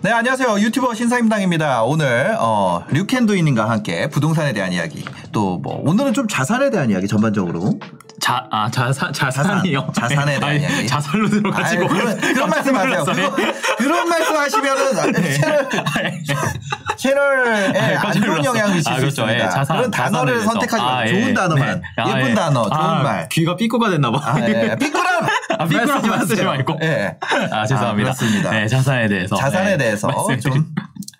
네, 안녕하세요. 유튜버 신사임당입니다. 오늘 어, 류켄도인님과 함께 부동산에 대한 이야기, 또 뭐 오늘은 좀 자산에 대한 이야기 전반적으로 자, 아, 자산, 자산이요? 자산. 자산에 대한 아니, 이야기. 자살로 들어가지고. 아유, 네. 그런, 그런 말씀 하세요. 그거- 그런 말씀 하시면은 채널, 채널에 아유, 안 깜짝 좋은 놀랐어. 영향 미칠 네, 아, 수 그렇죠. 있습니다. 예, 자산, 그런 단어를 자산에 대해서. 선택하지 말고 아, 예. 좋은 단어만, 네. 아, 예쁜 예. 단어, 좋은 아, 말. 귀가 삐꾸가 됐나봐. 아, 예. 삐꾸람! 아, 삐꾸라 쓰지 말고. 예. 아, 죄송합니다. 아, 그렇습니다. 네, 자산에 대해서. 자산에 네, 대해서 말씀드리- 좀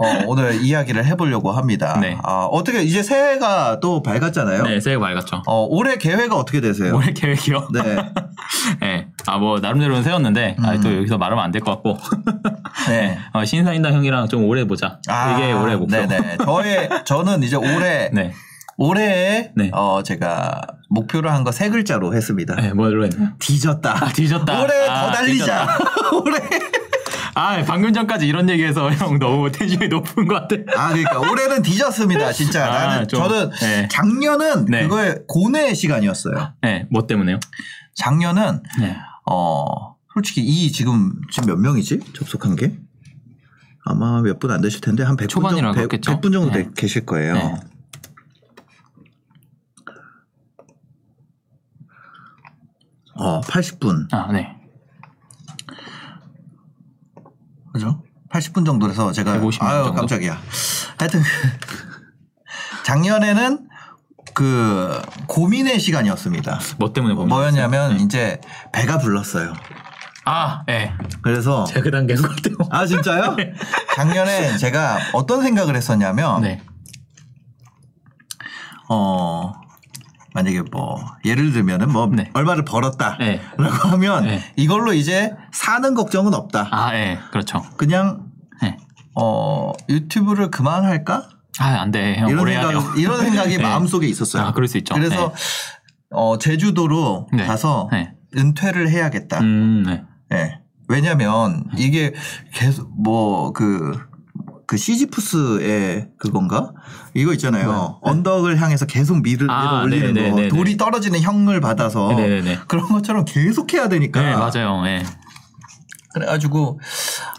어, 오늘 이야기를 해보려고 합니다. 네. 아, 어떻게 이제 새해가 또 밝았잖아요. 네, 새해 복 많이 갔죠. 어, 올해 계획은 어떻게 되세요? 올해 계획이요? 네. 음. 네. 아, 뭐, 나름대로는 세웠는데, 아, 또 여기서 말하면 안 될 것 같고. 네. 어, 신사인당 형이랑 좀 오래 보자. 이게 올해 목표. 아, 네네. 저의 저는 이제 올해 네. 올해에 네. 어 제가 목표로 한 거 세 글자로 했습니다. 네, 뭘로 했나요? 뒤졌다. 아, 뒤졌다. 올해 아, 더 달리자. 뒤졌다. 올해. 아, 방금 전까지 이런 얘기해서 형 너무 텐션이 높은 것 같아. 아 그러니까 올해는 뒤졌습니다. 진짜 아, 나는 좀, 저는 네. 작년은 네. 그거에 고뇌의 시간이었어요. 네, 뭐 때문에요? 작년은 네. 어 솔직히 이 지금 지금 몇 명이지 접속한 게 아마 몇 분 안 되실 텐데 한 100분 초반이라 정도, 100, 그렇겠죠? 100분 정도 네. 되- 계실 거예요. 네. 어 80분 아, 네. 그죠? 80분 정도라서 제가 150분 아유 정도? 깜짝이야. 하여튼 그 작년에는 그 고민의 시간이었습니다. 뭐 때문에 고민? 뭐였냐면 이제 배가 불렀어요. 아, 예. 그래서 제가 그 단계인 것 같아요. 아 진짜요? 작년에 제가 어떤 생각을 했었냐면 네. 어 만약에 뭐 예를 들면은 뭐 네. 얼마를 벌었다라고 네. 하면 네. 이걸로 이제 사는 걱정은 없다. 아, 예. 그렇죠. 그냥 예. 어 유튜브를 그만할까? 아, 안 돼. 형 이런 오래 해야 돼요. 생각 이런 생각이 네. 마음속에 있었어요. 아, 그럴 수 있죠. 래서 어, 제주도로 네. 가서 네. 은퇴를 해야겠다. 음, 네. 예. 왜냐면 이게 계속 뭐그 그 시지푸스의 그건가 이거 있잖아요 언덕을 향해서 계속 밀을 네. 아, 올리는 네, 네, 거 네, 네. 돌이 떨어지는 형을 받아서 네, 네, 네. 그런 것처럼 계속 해야 되니까 네, 맞아요. 예. 그래가지고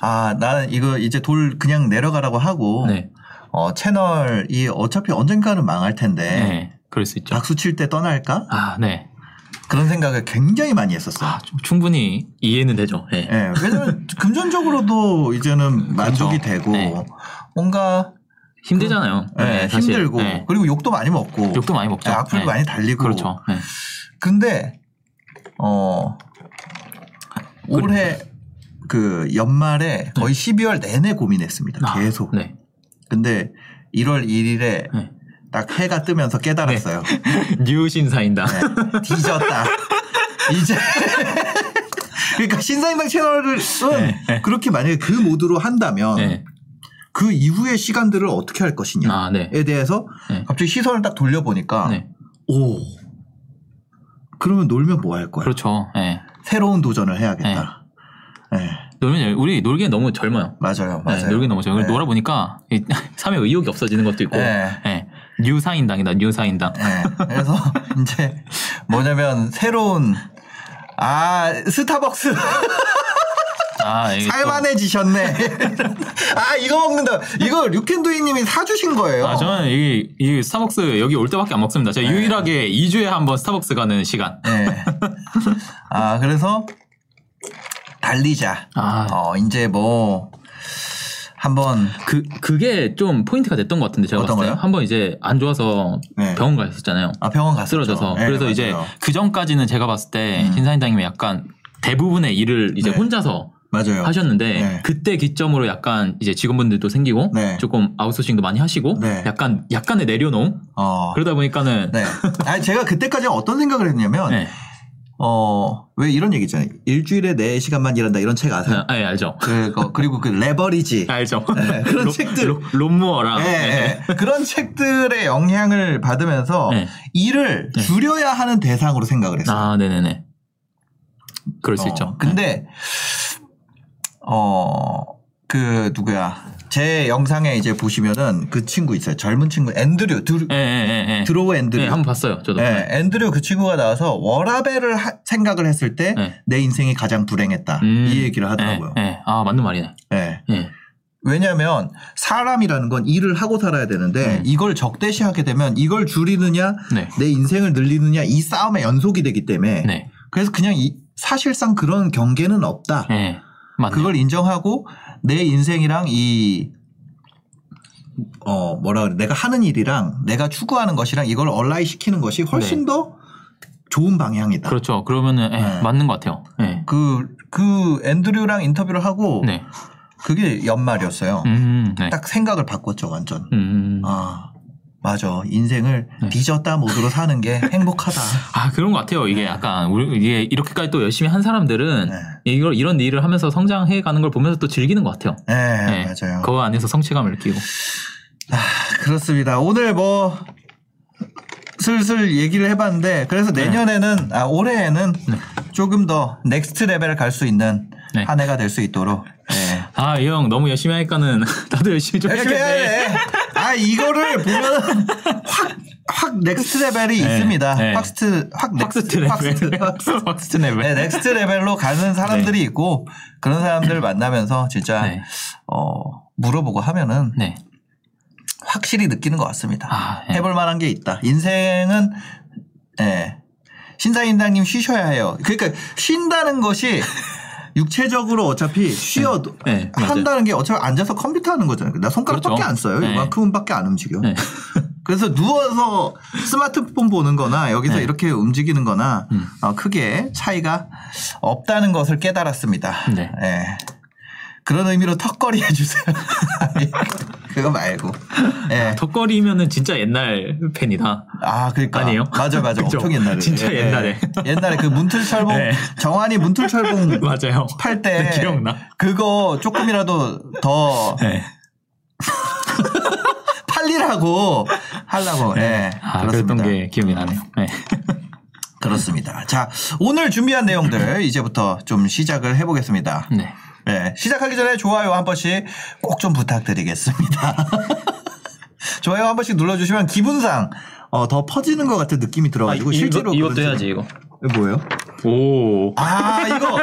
아 나는 이거 이제 돌 그냥 내려가라고 하고 네. 어, 채널이 어차피 언젠가는 망할 텐데 예. 그럴 수 있죠. 박수 칠 때 떠날까 아, 네. 그런 생각을 굉장히 많이 했었어요. 아, 좀 충분히 이해는 되죠. 예. 예, 왜냐면 금전적으로도 이제는 만족이 그렇죠. 되고 네. 뭔가 힘들잖아요. 예, 네, 사실. 힘들고 예. 그리고 욕도 많이 먹고 욕도 많이 먹죠. 예, 악플도 예. 많이 달리고 그렇죠. 그 예. 근데 어 올해 그 연말에 거의 12월 내내 고민했습니다. 네. 아, 계속. 네. 근데 1월 1일에 네. 딱 해가 뜨면서 깨달았어요. 뉴신사인다. 네, 뒤졌다. 이제. 그러니까 신사임당 채널은 네, 네. 그렇게 만약에 그 모드로 한다면 예. 그 이후의 시간들을 어떻게 할 것이냐에 아, 네. 대해서 네. 갑자기 시선을 딱 돌려보니까 네. 오 그러면 놀면 뭐 할 거야? 그렇죠. 예. 새로운 도전을 해야겠다. 예 놀면 우리 놀기엔 너무 젊어요. 맞아요, 네, 맞아요. 놀기 너무 좋아요. 네. 놀아 보니까 삶의 의욕이 없어지는 것도 있고, 네. 네, 뉴사인당이다, 뉴사인당. 예. 그래서 이제 뭐냐면 새로운 아 스타벅스 아, 이게 또- 살만해지셨네. 아 이거 먹는다. 이거 류켄도이님이 사주신 거예요. 아, 저는 이, 이 스타벅스 여기 올 때밖에 안 먹습니다. 제가 네. 유일하게 2주에 한 번 스타벅스 가는 시간. 예. 아 그래서 달리자. 아, 어 이제 뭐 한번 그, 그게 좀 포인트가 됐던 것 같은데, 제가 어떤 봤을 때. 거요? 한번 이제 안 좋아서 네. 병원 가 있었잖아요. 아 병원 갔었죠. 쓰러져서. 예, 그래서 맞아요. 이제 그 전까지는 제가 봤을 때 음. 신사인당님이 약간 대부분의 일을 이제 네. 혼자서 맞아요. 하셨는데 네. 그때 기점으로 약간 이제 직원분들도 생기고 네. 조금 아웃소싱도 많이 하시고 네. 약간 약간의 내려놓음 어. 그러다 보니까는 네. 아 제가 그때까지 어떤 생각을 했냐면 네. 어, 왜 이런 얘기 있잖아요. 일주일에 네시간만 일한다 이런 책 아세요? 아, 예, 알죠. 그거, 그리고 그 레버리지. 알죠. 네, 그런 롬- 책들. 롬- 롬무어랑. 예, 예. 그런 책들의 영향을 받으면서 네. 일을 네. 줄여야 하는 대상으로 생각을 했어요. 아, 네네네. 그럴 수 어, 있죠. 근데 어 그 누구야 제 영상에 이제 보시면은 그 친구 있어요 젊은 친구 앤드류 드루, 예, 예, 예. 예. 드로우 앤드류. 네, 한번 봤어요. 저도. 예, 앤드류 그 친구가 나와서 워라벨을 하- 생각을 했을 때 내 네. 인생이 가장 불행했다 음. 이 얘기를 하더라고요. 예, 예. 아, 맞는 말이네. 예. 예. 왜냐하면 사람이라는 건 일을 하고 살아야 되는데 음. 이걸 적대시하게 되면 이걸 줄이느냐 네. 내 인생을 늘리느냐 이 싸움의 연속이 되기 때문에 네. 그래서 그냥 이- 사실상 그런 경계는 없다. 예. 맞네. 그걸 인정하고 내 인생이랑 이, 어, 뭐라 그래. 내가 하는 일이랑 내가 추구하는 것이랑 이걸 얼라이 시키는 것이 훨씬 더 좋은 방향이다. 네. 그렇죠. 그러면은, 예, 네. 맞는 것 같아요. 예. 그, 그 앤드류랑 인터뷰를 하고 네. 그게 연말이었어요. 음, 네. 딱 생각을 바꿨죠, 완전. 음. 네. 아, 맞아. 인생을 뒤졌다 모드로 사는 게 행복하다. 아 그런 것 같아요. 이게 약간 우리 이게 이렇게까지 또 열심히 한 사람들은 네. 이걸 이런 일을 하면서 성장해 가는 걸 보면서 또 즐기는 것 같아요. 네, 네. 맞아요. 그 안에서 성취감을 느끼고. 그렇습니다. 오늘 뭐 슬슬 얘기를 해봤는데 그래서 네. 내년에는 아 올해에는 조금 더 넥스트 레벨 갈 수 있는 네. 한 해가 될 수 있도록 네. 아 이 형 너무 열심히 하니까는 나도 열심히 좀 열심히 해야 해야겠네. 돼. 아 이거를 보면 확. 확 넥스트 레벨이 네. 있습니다. 네. 확스트 확 팍스트 넥스트 레벨. 확스트. 팍스트 레벨. 네, 넥스트 레벨로 가는 사람들이 있고 그런 사람들 만나면서 진짜 네. 어, 물어보고 하면은 네. 확실히 느끼는 것 같습니다. 아, 예. 해볼 만한 게 있다. 인생은 예. 신사임당님 쉬셔야 해요. 그러니까 쉰다는 것이 육체적으로 어차피 쉬어도 네, 맞아요. 한다는 게 어차피 앉아서 컴퓨터 하는 거잖아요. 나 손가락밖에 그렇죠. 안 써요. 네. 이만큼밖에 안 움직여. 네. 그래서 누워서 스마트폰 보는 거나 여기서 네. 음. 이렇게 움직이는 거나 어, 크게 차이가 없다는 것을 깨달았습니다. 네. 예. 그런 의미로 턱걸이 해주세요. 아니, 그거 말고. 예. 덕거리면은 진짜 옛날 팬이다. 아, 그러니까. 아니에요? 맞아, 맞아. 그죠? 엄청 옛날에. 예, 진짜 옛날에. 옛날에 그 문틀철봉, 네. 정한이 문틀철봉 맞아요. 팔 때. 네, 기억나. 그거 조금이라도 더 네. 팔리라고 하려고. 예. 아 그렇습니다. 그랬던 게 기억이 나네요. 네. 그렇습니다. 자, 오늘 준비한 내용들 이제부터 좀 시작을 해보겠습니다. 네. 네, 시작하기 전에 좋아요 한 번씩 꼭 좀 부탁드리겠습니다. 좋아요 한 번씩 눌러주시면 기분상 어, 더 퍼지는 것 같은 아, 느낌이 들어가지고 실제로 아, 이거, 이것도 그런지- 해야지 이거. 이거 뭐예요? 오. 아 이거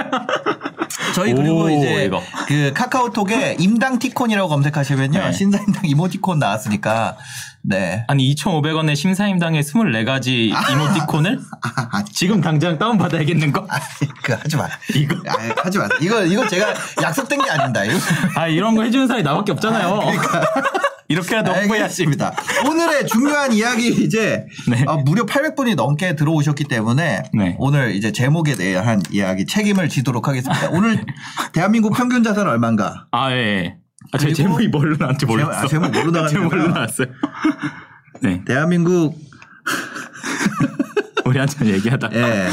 저희 그리고 오, 이제 이거. 그 카카오톡에 임당 티콘이라고 검색하시면요 네. 신사임당 이모티콘 나왔으니까 네 아니 2,500원에 심사임당의 24가지 이모티콘을 아, 지금 당장 다운 받아야겠는 거? 그 하지 마 이거? 아, 하지 마 이거 이거 제가 약속된 게 아닙니다 이거 아 이런 거 해주는 사람이 나밖에 없잖아요. 그러니까. 이렇게라도 아, 홍보해야지. 알겠습니다. 오늘의 중요한 이야기 이제 네. 어, 무려 800분이 넘게 들어오셨기 때문에 네. 오늘 이제 제목에 대한 이야기 책임을 지도록 하겠습니다. 오늘 대한민국 평균 자산 얼마인가? 아 예. 예. 아, 제 그리고- 제목이 뭘로 나왔지 몰랐어. 아, 제목 뭘로 나갔나? 제목으로 나왔어요. 네, 대한민국 우리 한참 얘기하다. 예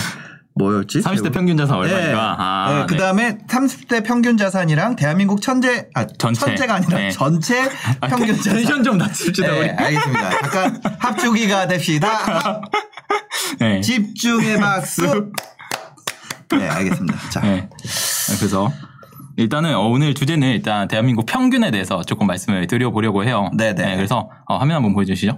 뭐였지? 30대 평균 자산 얼마인가? 예. 아, 예, 그다음에 30대 평균 자산이랑 대한민국 천재 아 전체. 천재가 아니라 네. 전체 아, 평균 자산. 텐션 좀 낮춥시다 우리. 예, 알겠습니다. 잠깐 합주기가 됩시다. 네. 집중의 박수. 네, 알겠습니다. 자, 네. 그래서 일단은 어, 오늘 주제는 일단 대한민국 평균에 대해서 조금 말씀을 드려보려고 해요. 네네. 그래서 어, 화면 한번 보여주시죠.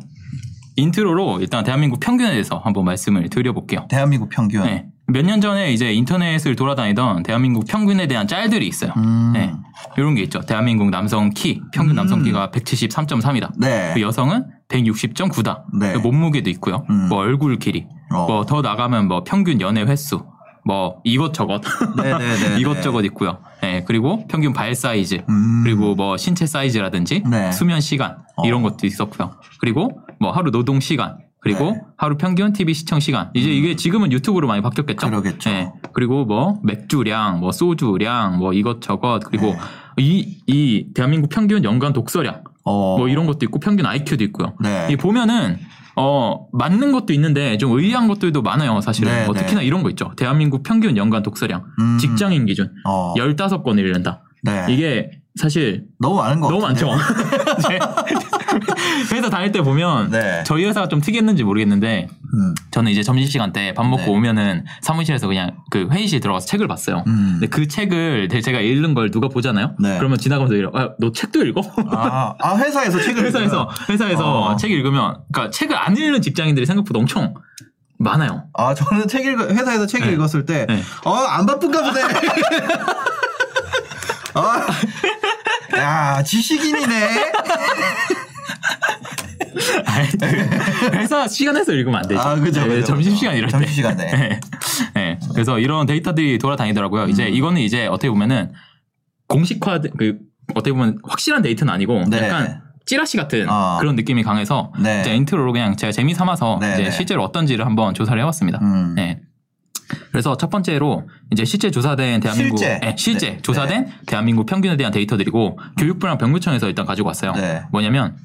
인트로로 일단 대한민국 평균에 대해서 한번 말씀을 드려볼게요. 대한민국 평균. 네. 몇 년 전에 이제 인터넷을 돌아다니던 대한민국 평균에 대한 짤들이 있어요. 음. 네. 이런 게 있죠. 대한민국 남성 키, 평균 남성 키가 173.3이다. 네. 그 여성은 160.9다. 그 네. 몸무게도 있고요. 음. 뭐 얼굴 길이. 어. 뭐 더 나가면 뭐 평균 연애 횟수. 뭐 이것저것. 네네네네. 이것저것 있고요. 네, 그리고 평균 발 사이즈. 음. 그리고 뭐 신체 사이즈라든지 네. 수면 시간 이런 어. 것도 있었고요. 그리고 뭐 하루 노동 시간 그리고 네. 음. 하루 평균 TV 시청 시간 이제 이게 지금은 유튜브로 많이 바뀌었겠죠. 그러겠죠. 네. 그리고 뭐 맥주량, 뭐 소주량, 뭐 이것저것 네. 그리고 이 이 대한민국 평균 연간 독서량 어. 뭐 이런 것도 있고 평균 IQ도 있고요. 네. 이 보면은 어, 맞는 것도 있는데 좀 의아한 것들도 많아요, 사실은. 네, 뭐 네. 특히나 이런 거 있죠. 대한민국 평균 연간 독서량. 음. 직장인 기준. 어. 15권을 읽는다. 네. 어, 이게 사실 너무 많은 거 너무 같은데. 많죠. 네. 회사 다닐 때 보면 네. 저희 회사가 좀 특이했는지 모르겠는데 음. 저는 이제 점심시간 때 밥 먹고 네. 오면은 사무실에서 그냥 그 회의실 들어가서 책을 봤어요. 음. 근데 그 책을 대- 제가 읽는 걸 누가 보잖아요. 네. 그러면 지나가면서 이래, 아, 너 책도 읽어? 아, 아, 회사에서 책을 회사에서 회사에서 어. 책 읽으면 그러니까 책을 안 읽는 직장인들이 생각보다 엄청 많아요. 아 저는 책 읽, 회사에서 책을 네. 읽었을 때, 네. 어 안 바쁜가 보네. 아, 야 지식인이네. 회사 시간에서 읽으면 안 되죠. 아 그죠. 네, 그죠, 그죠. 점심시간 이럴 때. 점심시간에. 네. 네. 그래서 이런 데이터들이 돌아다니더라고요. 음. 이제 이거는 이제 어떻게 보면은 공식화 그 어떻게 보면 확실한 데이터는 아니고 네. 약간 찌라시 같은 어. 그런 느낌이 강해서 네. 이제 인트로로 그냥 제가 재미 삼아서 네, 네. 이제 실제로 어떤지를 한번 조사를 해봤습니다. 음. 네. 그래서 첫 번째로 이제 실제 조사된 대한민국 실제. 네, 실제 네. 조사된 대한민국 평균에 대한 데이터들이고 교육부랑 병무청에서 일단 가지고 왔어요. 네. 뭐냐면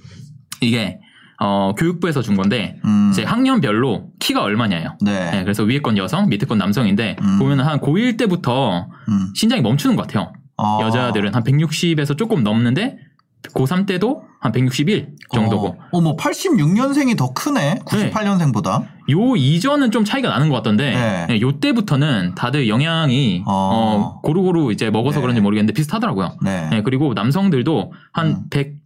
이게 어, 교육부에서 준 건데 음. 이제 학년별로 키가 얼마냐예요. 네. 네, 그래서 위에 건 여성, 밑에 건 남성인데 음. 보면 한 고1 때부터 음. 신장이 멈추는 것 같아요. 어. 여자들은 한 160에서 조금 넘는데 고3 때도 한 161 그 정도고 어, 어머 86년생이 더 크네. 98년생보다. 요 이전은 좀 차이가 나는 것 같던데 네. 예, 요 때부터는 다들 영양이 어. 어, 고루고루 이제 먹어서 네. 그런지 모르겠는데 비슷하더라고요. 네. 예, 그리고 남성들도 음. 한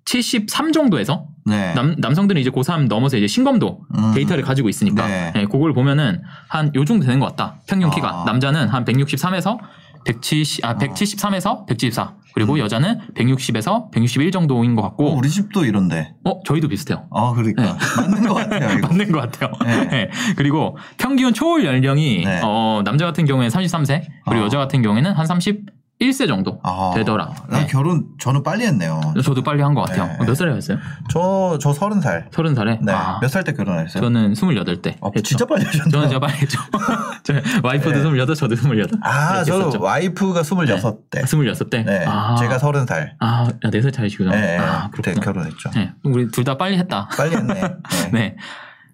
173 정도에서 네. 남, 남성들은 이제 고3 넘어서 이제 신검도 음. 데이터를 가지고 있으니까 네. 예, 그걸 보면은 한 요 정도 되는 것 같다. 평균 키가 아. 어. 남자는 한 163에서 170, 아, 173에서 174 그리고 여자는 160에서 161 정도인 것 음. 어, 같고 네. 우리 집도 이런데. 어 저희도 비슷해요. 아 그러니까 맞는 것 같아요. 이거. 맞는 것 같아요. 네. 네. 그리고 평균 초월 연령이 네. 어, 남자 같은 경우에는 33세 그리고 아. 여자 같은 경우에는 한 31세 정도 아, 되더라. 나 네. 결혼 저는 빨리 했네요. 저도 빨리 한 것 같아요. 네. 몇 살에 했어요? 저 저 서른 살. 30살에? 네. 아, 몇 살 때 결혼했어요? 저는 28대. 어, 진짜 빨리 하셨나? 저는 제가 빨리 했죠. 저희 와이프도 네. 28, 저도 28. 아, 이렇게 저 했었죠. 와이프가 26대. 26대? 네. 아, 제가 30살. 아, 4살 차이시구나. 네, 아, 그때 그렇구나. 결혼했죠. 네. 우리 둘 다 빨리 했다. 빨리 했네. 네. 네.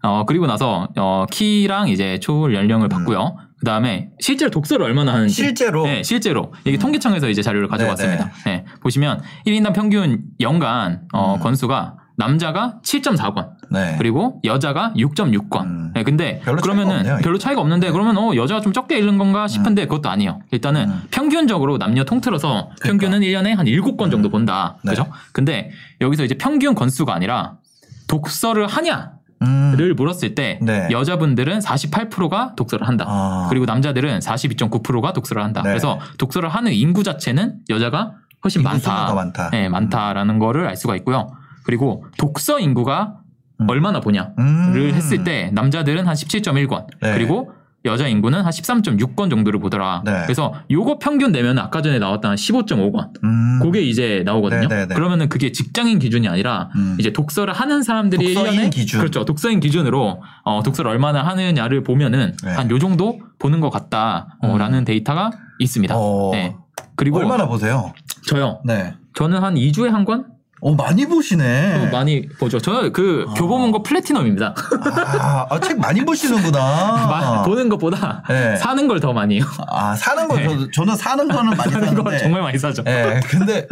어, 그리고 나서, 어, 키랑 이제 초월 연령을 음. 봤고요. 그 다음에, 실제로 독서를 얼마나 하는지. 실제로 네, 실제로. 음. 이게 통계청에서 이제 자료를 가져왔습니다. 네, 보시면, 1인당 평균 연간, 어, 음. 건수가, 남자가 7.4권, 네. 그리고 여자가 6.6권. 음. 네, 근데 별로 차이가 그러면은 없네요, 이게. 별로 차이가 없는데 그러면 어 여자가 좀 적게 읽는 건가 싶은데 그것도 아니에요. 일단은 음. 그러니까. 평균적으로 남녀 통틀어서 평균은 1년에 한 7권 정도 본다. 네. 그죠? 근데 여기서 이제 평균 건수가 아니라 독서를 하냐를 음. 물었을 때 네. 여자분들은 48%가 독서를 한다. 아. 그리고 남자들은 42.9%가 독서를 한다. 네. 그래서 독서를 하는 인구 자체는 여자가 훨씬 인구 많다. 수가 많다. 음. 네, 많다라는 거를 알 수가 있고요. 그리고 독서 인구가 음. 얼마나 보냐 음. 를 했을 때 남자들은 한 17.1권 네. 그리고 여자 인구는 한 13.6권 정도를 보더라. 네. 그래서 요거 평균 내면 아까 전에 나왔던 한 15.5권. 음. 그게 이제 네, 나오거든요. 네, 네. 그러면은 그게 직장인 기준이 아니라 음. 이제 독서를 하는 사람들이 독서인 1년에 기준. 그렇죠. 독서인 기준으로 어, 독서를 얼마나 하느냐를 보면은 네. 음. 한 요 정도 보는 것 같다라는 데이터가 있습니다. 어. 네. 그리고 얼마나 보세요? 저요. 네. 저는 한 2주에 한 권? 어, 많이 또 보시네. 어, 많이 보죠. 저는 그 어. 교보문고 플래티넘입니다. 아, 아, 책 많이 보시는구나. 마- 보는 아. 것보다 네. 사는 걸 더 많이 해요. 아, 사는 거, 네. 저도, 저는 사는 거는 많이 사는 걸 사는데. 정말 많이 사죠. 예, 근데,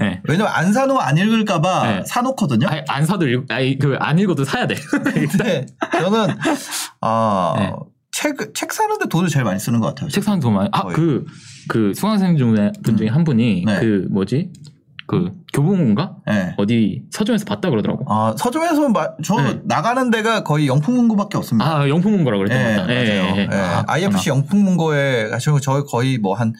네. 왜냐면 안 사놓으면 안 읽을까봐 네. 사놓거든요. 아니, 안 사도 읽, 아니, 그 안 읽어도 사야 돼. 근데 저는 아, 네. 책, 책 사는데 돈을 제일 많이 쓰는 것 같아요. 책 사는 돈 많이. 아, 거의. 그, 그 수강생 중에, 분 중에 한 분이 네. 그 뭐지? 그 교보문고인가? 예. 어디 서점에서 봤다 그러더라고. 아, 서점에서 마- 저 네. 나가는 데가 거의 영풍문고밖에 없습니다. 아, 영품문고라 예, 그랬던 것 같다. 맞아요. 예. 아, IFC 영풍문고에 가시면 저 거의 뭐 한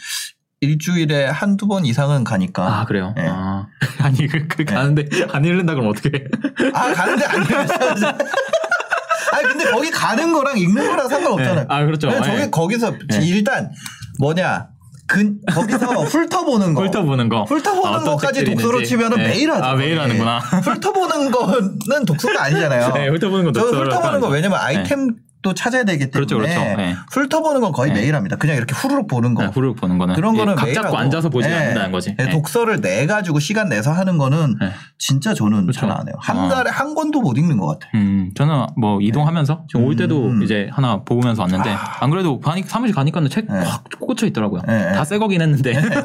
일주일에 한두 번 이상은 그렇구나. 아, 가니까. 그래요? 예. 아. 아니, 그, 그 가는데 안 읽는다 그러면 어떻게 해? 아, 가는데 안 읽었어요. 아니, 근데 거기 가는 거랑 읽는 거랑 상관없잖아요. 아, 그렇죠. 근데 저기 예. 거기서 예. 일단 뭐냐. 근, 거기서 훑어보는 거. 훑어보는 거. 훑어보는 아, 어떤 것까지 책들이 독서로 있는지. 치면은 예. 매일 하죠. 아, 매일 거의. 하는구나. 훑어보는 거는 독서가 아니잖아요. 네, 훑어보는 건 예. 저는 독서라고 훑어보는 거 하는데. 예. 왜냐면 아이템 또 찾아야 되기 때문에 그렇죠, 그렇죠. 네. 훑어보는 건 거의 네. 매일 합니다. 그냥 이렇게 후루룩 보는 거. 네, 후루룩 보는 거는 그런 예, 거는 각 매일 잡고 하고. 앉아서 보지 네. 않는다는 거지. 네, 예. 독서를 내 가지고 시간 내서 하는 거는 네. 진짜 저는 그렇죠. 잘 안 해요. 한 아. 달에 한 권도 못 읽는 것 같아요. 음, 저는 뭐 이동하면서 지금 올 때도 음. 이제 하나 보면서 왔는데 아. 안 그래도 가니, 사무실 가니까는 책 네. 확 꽂혀 있더라고요. 네, 네. 다 새 거긴 했는데.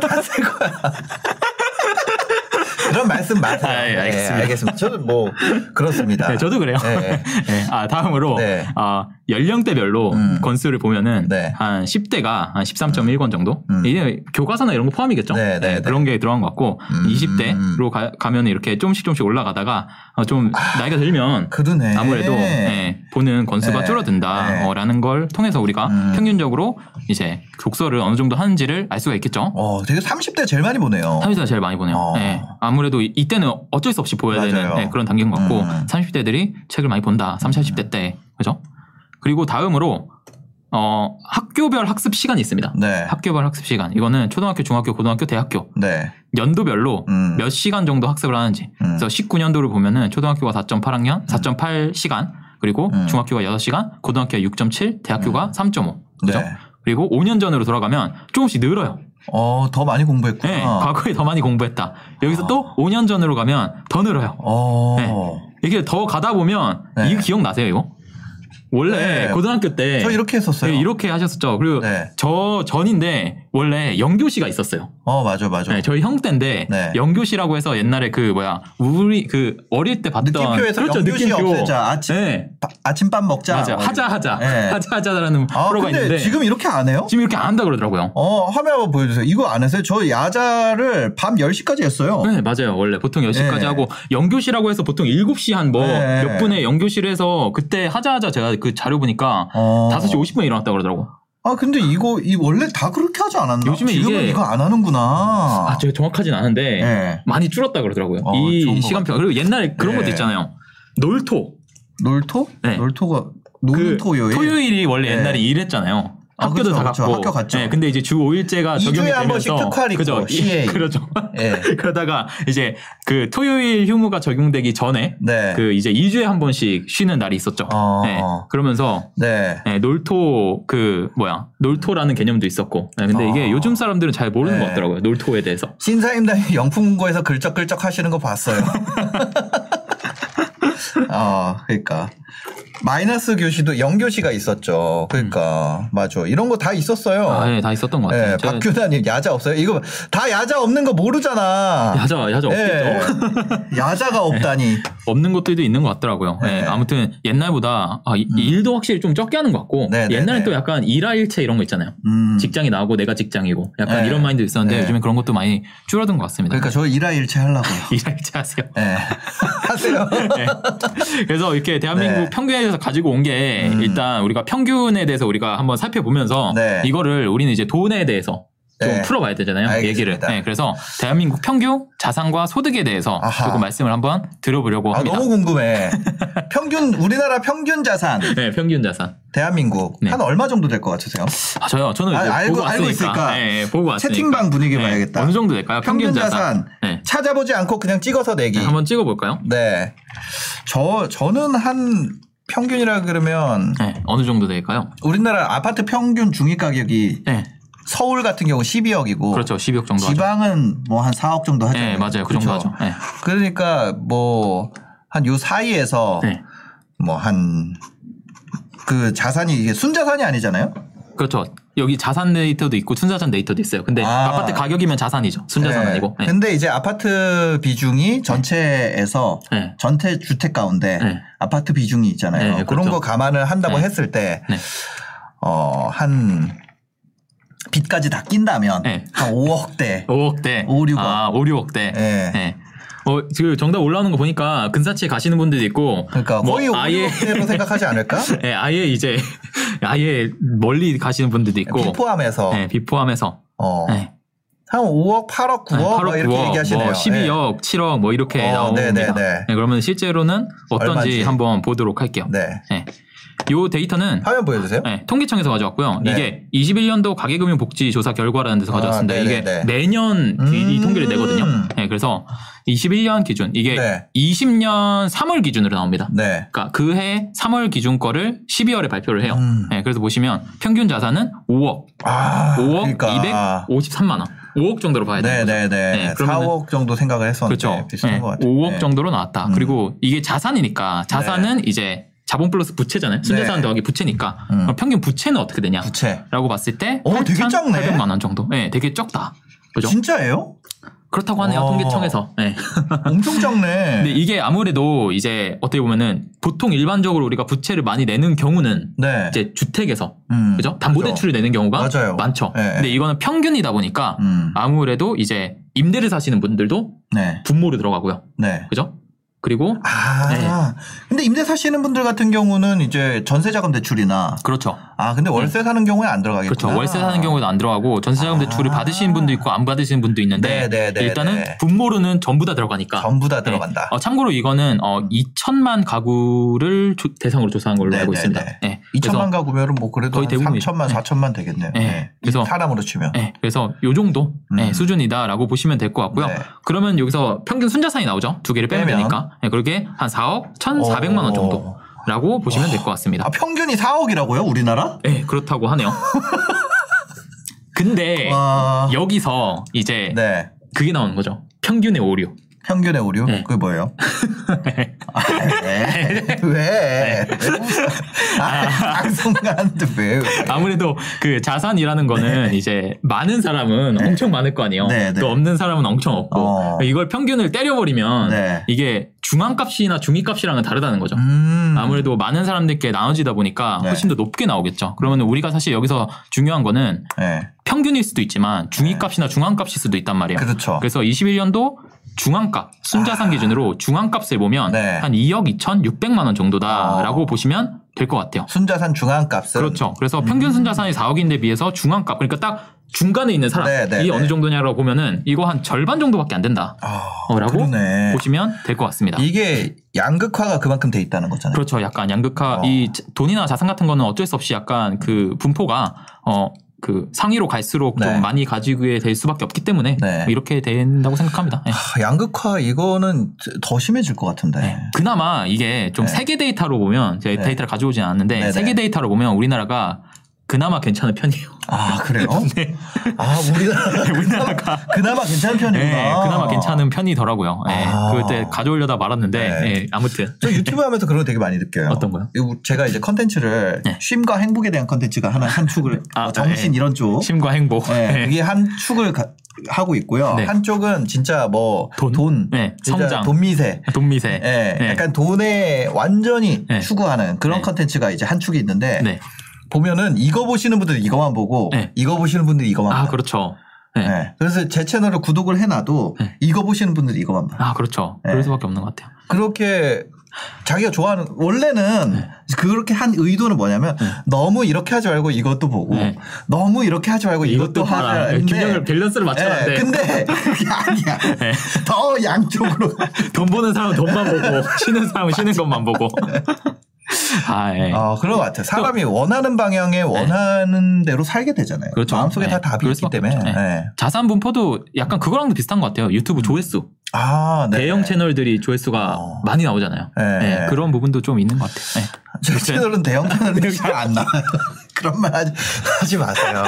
그런 말씀 마세요. 아, 예, 알겠습니다. 네, 알겠습니다. 저는 뭐 그렇습니다. 네, 저도 그래요. 네, 네, 아, 다음으로 네. 아, 연령대별로 음. 권수를 보면은 네. 한 10대가 한 13.1권 정도. 음. 이게 교과서나 이런 거 포함이겠죠. 네, 네, 네. 그런 게 들어간 것 같고 음. 아, 20대로 가, 면 이렇게 조금씩 조금씩 올라가다가 어, 좀 나이가 들면 그러네. 아무래도 예, 보는 건수가 네. 네. 줄어든다라는 걸 통해서 우리가 음. 평균적으로 이제 독서를 어느 정도 하는지를 알 수가 있겠죠. 어, 되게 30대 제일 많이 보네요. 30대가 제일 많이 보네요. 어. 예, 아무래도 이- 이때는 어쩔 수 없이 보여야 맞아요. 되는 예, 그런 단계인 것 같고 음. 30대들이 책을 많이 본다. 30, 40대 때 그죠? 그리고 다음으로 어, 학교별 학습 시간이 있습니다. 네. 학교별 학습 시간 이거는 초등학교, 중학교, 고등학교, 대학교 네. 연도별로 음. 몇 시간 정도 학습을 하는지. 음. 그래서 19년도를 보면은 초등학교가 4.8학년, 4.8시간, 그리고 음. 중학교가 6시간, 고등학교가 6.7, 대학교가 3.5. 그죠? 네. 그리고 5년 전으로 돌아가면 조금씩 늘어요. 어, 더 많이 공부했구나. 네, 과거에 더 많이 공부했다. 여기서 아. 또 5년 전으로 가면 더 늘어요. 어. 이게 더 가다 보면 네. 이거 기억나세요, 이거? 네. 원래 고등학교 때 저 이렇게 했었어요. 네, 이렇게 하셨었죠. 그리고 네. 저 전인데 원래 영교시가 있었어요. 어, 맞아, 맞아. 네, 저희 형 때인데 네. 영교시라고 해서 옛날에 그 뭐야 우리 그 어릴 때 봤던 그렇죠, 느낌표에서 영교시 없애자. 아침, 네, 바- 아침밥 먹자. 맞아 뭐 하자 하자 네. 하자 하자라는 아, 프로가 근데 있는데 지금, 지금 이렇게 안 해요? 이렇게 안 한다 그러더라고요. 어, 화면 한번 보여주세요. 이거 안 했어요? 저 야자를 밤 10시까지 했어요. 네 맞아요 원래 보통 10시까지 네. 하고 영교시라고 해서 보통 7시 한 뭐 몇 네. 분에 영교시를 해서 그때 하자 하자 제가 그 자료 보니까 어. 5시 50분에 일어났다 그러더라고. 아, 근데 이거, 이 원래 다 그렇게 하지 않았나? 요즘에 지금은 이게- 이거 안 하는구나. 아 제가 정확하진 않은데 네. 많이 줄었다 그러더라고요. 어, 좋은 이 것 시간표 그리고 옛날에 그런 네. 것도 있잖아요. 놀토 놀토? 네. 놀토가, 그 놀토요일. 이 원래 네. 옛날에 일했잖아요. 아, 학교도 그쵸, 다 그쵸. 갔고. 학교 갔죠. 네, 근데 이제 주 5일제가 이 적용이 주에 한 번씩 되면서 특활 있고, 그죠. CA. 그러죠. 네. 그러다가 이제 그 토요일 휴무가 적용되기 전에 네. 그 이제 2주에 한 번씩 쉬는 날이 있었죠. 어. 네. 그러면서 네. 네, 놀토 그 뭐야? 놀토라는 개념도 있었고. 네, 근데 어. 이게 요즘 사람들은 잘 모르는 네. 것 같더라고요. 놀토에 대해서. 신사임당이 영풍문고에서 글적글적 하시는 거 봤어요. 아, 그러니까 마이너스 교시도 영교시가 있었죠. 그러니까 맞아. 이런 거 다 있었어요. 음. 아, 예, 다 있었던 것 같아요. 예, 제가- 박규다님 야자 없어요? 이거 다 야자 없는 거 모르잖아. 야자, 야자 없겠죠. 예, 야자가 없다니. 없는 것들도 있는 것 같더라고요. 네. 음. 예, 아무튼 옛날보다 아, 이- 이 일도 확실히 좀 적게 하는 것 같고 네, 네, 옛날엔 네. 또 약간 일화일체 이런 거 있잖아요. 음. 직장이 나고 내가 직장이고 약간 네. 이런 마인드 있었는데 네. 요즘에 그런 것도 많이 줄어든 것 같습니다. 그러니까 저 일화일체 하려고요. 일화일체 하세요. 예. 하세요. 네. 그래서 이렇게 대한민국 네. 평균에 대해서 가지고 온 게 음. 일단 우리가 평균에 대해서 우리가 한번 살펴보면서 네. 이거를 우리는 이제 돈에 대해서 좀 네. 풀어봐야 되잖아요. 알겠습니다. 얘기를. 네, 그래서 대한민국 평균 자산과 소득에 대해서 아하. 조금 말씀을 한번 들어보려고 아, 합니다. 너무 궁금해. 평균 우리나라 평균 자산 네, 평균 자산. 대한민국 네. 한 얼마 정도 될 것 같으세요? 아, 저요. 저는 이제 아, 알고- 보고 알고 왔으니까. 있으니까. 예, 예, 보고 왔으니까. 채팅방 분위기 예, 봐야겠다. 어느 정도 될까요? 평균, 평균 자산. 자산 네. 찾아보지 않고 그냥 찍어서 내기. 네, 한번 찍어볼까요? 네. 저 저는 한 평균이라 그러면 네, 어느 정도 될까요? 우리나라 아파트 평균 중위 가격이 네, 서울 같은 경우 12억이고 그렇죠. 12억 정도 하죠. 지방은 뭐 한 4억 정도 하죠. 네, 맞아요. 그 정도 그렇죠. 하죠. 네. 그러니까 뭐 한 요 사이에서 네. 뭐 한 그 자산이 이게 순자산이 아니잖아요. 그렇죠. 여기 자산 데이터도 있고 순자산 데이터도 있어요. 근데 아. 아. 파트 가격이면 자산이죠. 순자산 네. 아니고. 네. 근데 이제 아파트 비중이 전체에서 네. 전체 주택 가운데 네. 아파트 비중이 있잖아요. 네, 그런 그렇죠. 거 감안을 한다고 네. 했을 때, 네. 어, 한, 빚까지 다 낀다면, 네. 한 5억대. 5억대. 오, 6억. 아, 5, 6억대. 예. 네. 어, 지금 정답 올라오는 거 보니까 근사치에 가시는 분들도 있고. 그러니까 뭐 거의 5, 아예, 6억대로 생각하지 않을까? 네, 아예 이제, 아예 멀리 가시는 분들도 있고. 빚 포함해서, 네, 비 포함해서. 어, 네. 한 5억, 8억, 9억, 뭐 8억, 이렇게 9억, 얘기하시네요. 네, 뭐 네. 12억, 7억 뭐 이렇게 어, 나옵니다. 네네네. 네, 그러면 실제로는 어떤지 얼마인지. 한번 보도록 할게요. 네. 네. 요 데이터는 화면 보여주세요. 네, 통계청에서 가져왔고요. 네. 이게 21년도 가계금융복지조사 결과라는 데서 아, 가져왔습니다. 이게 네네네. 매년 이- 이 음. 통계를 내거든요. 네, 그래서 21년 기준 이게 네. 20년 3월 기준으로 나옵니다. 네. 그러니까 그해 3월 기준 거를 12월에 발표를 해요. 음. 네, 그래서 보시면 평균 자산은 5억, 아, 5억 그러니까. 253만 원, 5억 정도로 봐야 돼요. 네네네. 네, 그러면은- 4억 정도 생각을 했었는데 그렇죠. 비슷한 네, 것 같아요. 5억 네. 정도로 나왔다. 음. 그리고 이게 자산이니까 자산은 이제 자본 플러스 부채잖아요. 순자산 네. 더하기 부채니까 음. 그럼 평균 부채는 어떻게 되냐? 부채. 라고 봤을 때 어, 되게 작네. 8,800만 원 정도. 네, 되게 적다. 그죠? 진짜예요? 그렇다고 하네요. 어. 통계청에서. 네. 엄청 작네. 근데 이게 아무래도 이제 어떻게 보면은 보통 일반적으로 우리가 부채를 많이 내는 경우는 네. 이제 주택에서 음. 그죠? 담보대출을 내는 경우가 맞아요. 많죠. 네. 근데 이거는 평균이다 보니까 음. 아무래도 이제 임대를 사시는 분들도 네. 분모로 들어가고요. 네. 그죠? 그리고 네. 아, 근데 임대 사시는 분들 같은 경우는 이제 전세자금 대출이나 그렇죠. 아 근데 월세 사는 경우에 안 들어가겠구나. 그렇죠. 월세 사는 경우도 안 들어가고 전세자금 아. 대출을 받으시는 분도 있고 안 받으시는 분도 네, 있는데 네, 네, 일단은 네. 분모로는 전부 다 들어가니까 전부 다 네. 들어간다. 음. 어, 참고로 이거는 어, 2천만 가구를 조- 대상으로 조사한 걸로 네, 알고 네, 있습니다. 네. 네. 그래서 2천만 가구면은 뭐 그래도 거의 한 대부분이- 3천만, 네. 4천만 되겠네요. 네. 그래서- 사람으로 치면. 네, 그래서 요 정도 네, 음. 수준이다라고 보시면 될 것 같고요. 네. 그러면 여기서 평균 순자산이 나오죠. 두 개를 빼면 빼면. 되니까. 네, 그렇게 한 4억 1,400만 원 오. 정도라고 보시면 될 것 같습니다. 어. 아 평균이 4억이라고요? 우리나라? 네, 그렇다고 하네요. 근데 와. 네. 여기서 이제 네. 그게 나오는 거죠. 평균의 오류. 평균의 오류? 네. 그게 뭐예요? 아, 왜? 네. 왜? 아, 방송가는데 왜? 아무래도 그 자산이라는 거는 이제 많은 사람은 엄청 많을 거 아니에요. 네, 네. 또 없는 사람은 엄청 없고 그러니까 어. 이걸 평균을 때려버리면 네. 이게 중앙값이나 중위값이랑은 다르다는 거죠. 음. 아무래도 많은 사람들께 나눠지다 보니까 네. 훨씬 더 높게 나오겠죠. 그러면 우리가 사실 여기서 중요한 거는 네. 평균일 수도 있지만 중위값이나 중앙값일 수도 있단 말이에요. 그렇죠. 그래서 21년도 중앙값, 순자산 기준으로 중앙값을 보면 네. 한 2억 2,600만 원 정도다라고 어. 보시면 될 것 같아요. 순자산 중앙값은 그렇죠. 그래서 평균 순자산이 4억인데 비해서 중앙값, 그러니까 딱 중간에 있는 사람 네, 네, 이 어느 네. 정도냐라고 보면은 이거 한 절반 정도밖에 안 된다라고 아, 그러네. 보시면 될 것 같습니다. 이게 양극화가 그만큼 돼 있다는 거잖아요. 그렇죠. 약간 양극화, 어. 이 자- 돈이나 자산 같은 거는 어쩔 수 없이 약간 그 분포가 어. 그 상위로 갈수록 네. 좀 많이 가지게 될 수밖에 없기 때문에 뭐 네. 이렇게 된다고 생각합니다. 예. 하, 아, 양극화 이거는 더 심해질 것 같은데. 네. 그나마 이게 좀 네. 세계 데이터로 보면 제가 네. 데이터를 가져오진 않았는데 네네. 세계 데이터로 보면 우리나라가 그나마 괜찮은 편이에요. 아 그래요? 아 우리나라 네. 우리나라가 그나마 괜찮은 편이구나. 네, 그나마 괜찮은 편이더라고요. 네, 아. 그때 가져오려다 말았는데 네. 네, 아무튼 저 유튜브 하면서 그런 거 되게 많이 느껴요. 어떤 거요? 이거 제가 이제 컨텐츠를 네. 쉼과 행복에 대한 컨텐츠가 하나 한 축을 아, 뭐 정신 네. 이런 쪽 심과 행복. 네, 그게 한 축을 가- 하고 있고요. 네. 한쪽은 진짜 뭐 돈? 돈, 네, 진짜 성장. 돈 미세, 돈미세. 예, 네. 약간 돈에 완전히 네. 추구하는 그런 네. 컨텐츠가 이제 한 축이 있는데 네. 보면은 이거 보시는 분들 은 이거만 보고 네. 이거 보시는 분들 은 이거만 아 봐요. 그렇죠. 네. 예, 그래서 제 채널을 구독을 해놔도 네. 이거 보시는 분들 은 이거만 봐요. 아 그렇죠. 네. 그럴 수밖에 없는 것 같아요. 그렇게 자기가 좋아하는 원래는 네. 그렇게 한 의도는 뭐냐면 네. 너무 이렇게 하지 말고 이것도 보고 네. 너무 이렇게 하지 말고 뭐 이것도, 하라 네. 봐라. 균형을 밸런스를 네. 맞춰야 돼. 근데 그게 아니야. 네. 더 양쪽으로 돈 버는 사람은 돈만 보고 쉬는 사람은 쉬는 것만 보고. 아 예. 어, 그런 것 같아요. 사람이 원하는 방향에 원하는 대로 살게 되잖아요. 네. 그렇죠. 마음속에 네. 다 답이 그럴 있기 수밖에 때문에. 없죠. 네. 네. 자산 분포도 약간 그거랑도 비슷한 것 같아요. 유튜브 조회수. 아, 네. 대형 채널들이 조회수가 어. 많이 나오잖아요. 네. 네, 그런 부분도 좀 있는 것 같아요. 네. 제 채널은 대형 채널이 잘안 나와요. 그런 말 하지, 하지 마세요.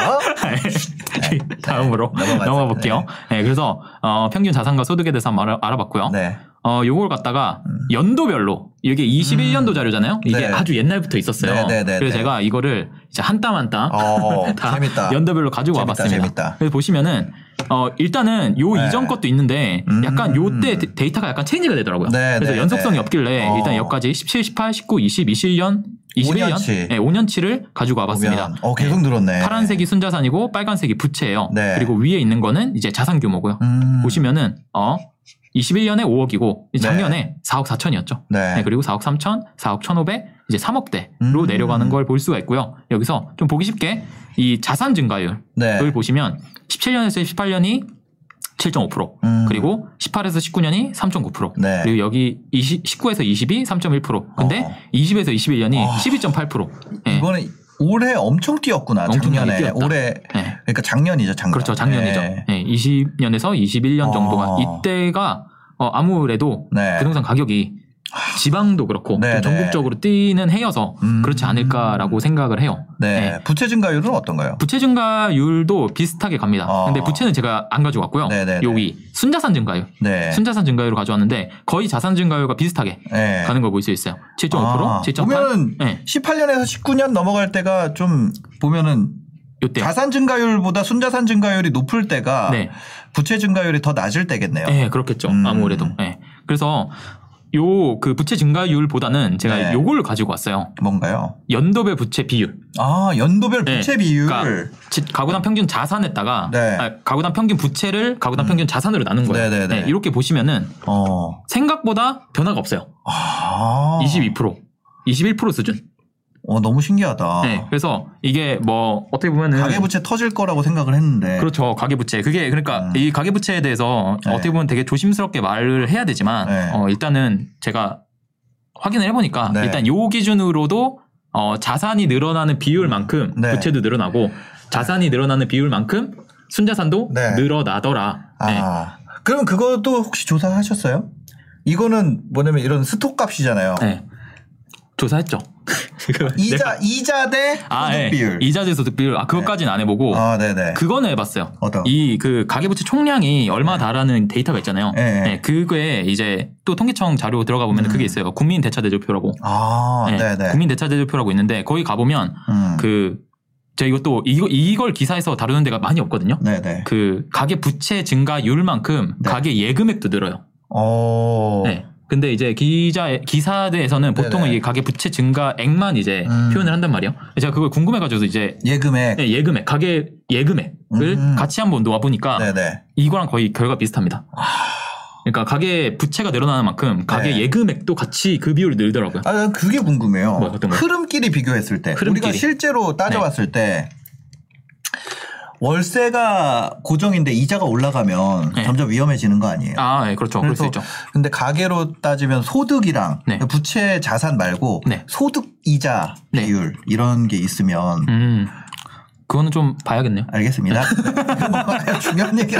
다음으로 네. 넘어가죠. 넘어가 볼게요. 네, 그래서 어, 평균 자산과 소득에 대해서 한번 알아, 알아봤고요. 네. 음. 어, 요걸 갖다가 연도별로 이게 21년도 자료잖아요. 이게 네. 아주 옛날부터 있었어요. 네, 네, 네, 그래서 네. 제가 이거를 이제 한 땀 한 땀 어, 다 재밌다. 연도별로 가지고 재밌다, 와봤습니다. 재밌다. 그래서 보시면은 어, 일단은 요 네. 이전 것도 있는데 약간 음. 요때 데- 데이터가 약간 체인지가 되더라고요. 네, 그래서 네, 연속성이 네. 없길래 어. 일단 여기까지 17, 18, 19, 20, 21년, 21년, 5년치. 네, 5년치를 가지고 보면, 와봤습니다. 예. 어, 계속 늘었네. 파란색이 순자산이고 빨간색이 부채예요. 네. 그리고 위에 있는 거는 이제 자산 규모고요. 음, 보시면은 어 21년에 5억이고 작년에 4억 4천이었죠. 네. 그리고 4억 3천, 4억 1,500 이제 3억대로 음. 내려가는 걸 볼 수가 있고요. 여기서 좀 보기 쉽게 이 자산 증가율을 네. 보시면 17년에서 18년이 7.5% 음. 그리고 18에서 19년이 3.9% 네. 그리고 여기 20, 19에서 20이 3.1% 근데 예. 어. 20에서 21년이 어. 12.8% 예. 이번에 올해 엄청 뛰었구나. 엄청 작년에 많이 뛰었다. 올해 예. 그러니까 작년이죠 작년. 그렇죠 작년이죠 네. 예. 20년에서 21년 어. 정도가 이때가 어, 아무래도 네. 부동산 가격이 지방도 그렇고 네, 좀 네. 전국적으로 뛰는 해여서 음. 그렇지 않을까라고 생각을 해요. 네. 네. 부채 증가율은 어떤가요? 부채 증가율도 비슷하게 갑니다. 어. 근데 부채는 제가 안 가져왔고요. 네, 네, 네. 여기 순자산 증가율, 네. 순자산 증가율을 가져왔는데 거의 자산 증가율과 비슷하게 네. 가는 걸 볼 수 있어요. 7.5%, 아, 7.8. 보면은 네, 18년에서 19년 넘어갈 때가 좀 보면은 요때. 자산 증가율보다 순자산 증가율이 높을 때가 네, 부채 증가율이 더 낮을 때겠네요. 네, 그렇겠죠. 음. 아무래도. 네. 그래서 요 그 부채 증가율보다는 제가 네. 요걸 가지고 왔어요. 뭔가요? 연도별 부채 비율. 아 연도별 네. 부채 비율. 그러니까 지- 가구당 평균 자산에다가 네. 음. 아, 가구당 평균 부채를 가구당 평균 자산으로 나눈 거예요. 네, 네, 네. 네, 이렇게 보시면은 어. 생각보다 변화가 없어요. 아. 22%, 21% 수준. 어 너무 신기하다. 네, 그래서 이게 뭐 어떻게 보면은 가계 부채 터질 거라고 생각을 했는데. 그렇죠 가계부채 그게 그러니까 네. 음. 이 가계부채에 대해서 네. 어떻게 보면 되게 조심스럽게 말을 해야 되지만 네. 어, 일단은 제가 확인을 해보니까 네. 일단 요 기준으로도 어, 자산이 늘어나는 비율만큼 네. 부채도 늘어나고 자산이 늘어나는 비율만큼 순자산도 네. 늘어나더라. 네. 아. 그럼 그것도 혹시 조사하셨어요? 이거는 뭐냐면 이런 스톡 값이잖아요. 네. 조사했죠. 네. 이자 이자 대 소득 아, 예. 비율. 이자재 소득 비율. 아, 그것까지는 안 해보고 아, 네네. 그거는 해봤어요. 어떤? 이 그 가계부채 총량이 네. 얼마다라는 데이터가 있잖아요. 예, 예. 네, 그거에 이제 또 통계청 자료 들어가 보면 그게 있어요. 국민 대차 대조표라고. 음. 아, 네, 네네. 국민 대차 대조표라고 있는데 거기 가 보면 음. 그 제가 이것도 이거 이걸 기사에서 다루는 데가 많이 없거든요. 네네. 그 가계 부채 증가율만큼 네. 가계 예금액도 늘어요. 오. 네. 근데 이제 기자 기사대에서는 보통은 네네. 이 가계 부채 증가액만 이제 음. 표현을 한단 말이에요. 제가 그걸 궁금해가지고 이제 예금액. 네, 예금액 가계 예금액을 음. 같이 한번 놓아 보니까 네네. 이거랑 거의 결과 비슷합니다. 그러니까 가계 부채가 늘어나는 만큼 가계 네. 예금액도 같이 그 비율이 늘더라고요. 아, 난 그게 궁금해요. 뭐, 어떤 거요? 흐름끼리 비교했을 때 흐름끼리. 네. 우리가 실제로 따져봤을 때 월세가 고정인데 이자가 올라가면 네. 점점 위험해지는 거 아니에요? 아, 예, 그렇죠. 그럴 수 그래서 있죠. 근데 가계로 따지면 소득이랑 그러니까 네. 부채 자산 말고 네. 소득 이자 네. 비율 이런 게 있으면 음, 그거는 좀 봐야겠네요. 알겠습니다. 중요한 얘기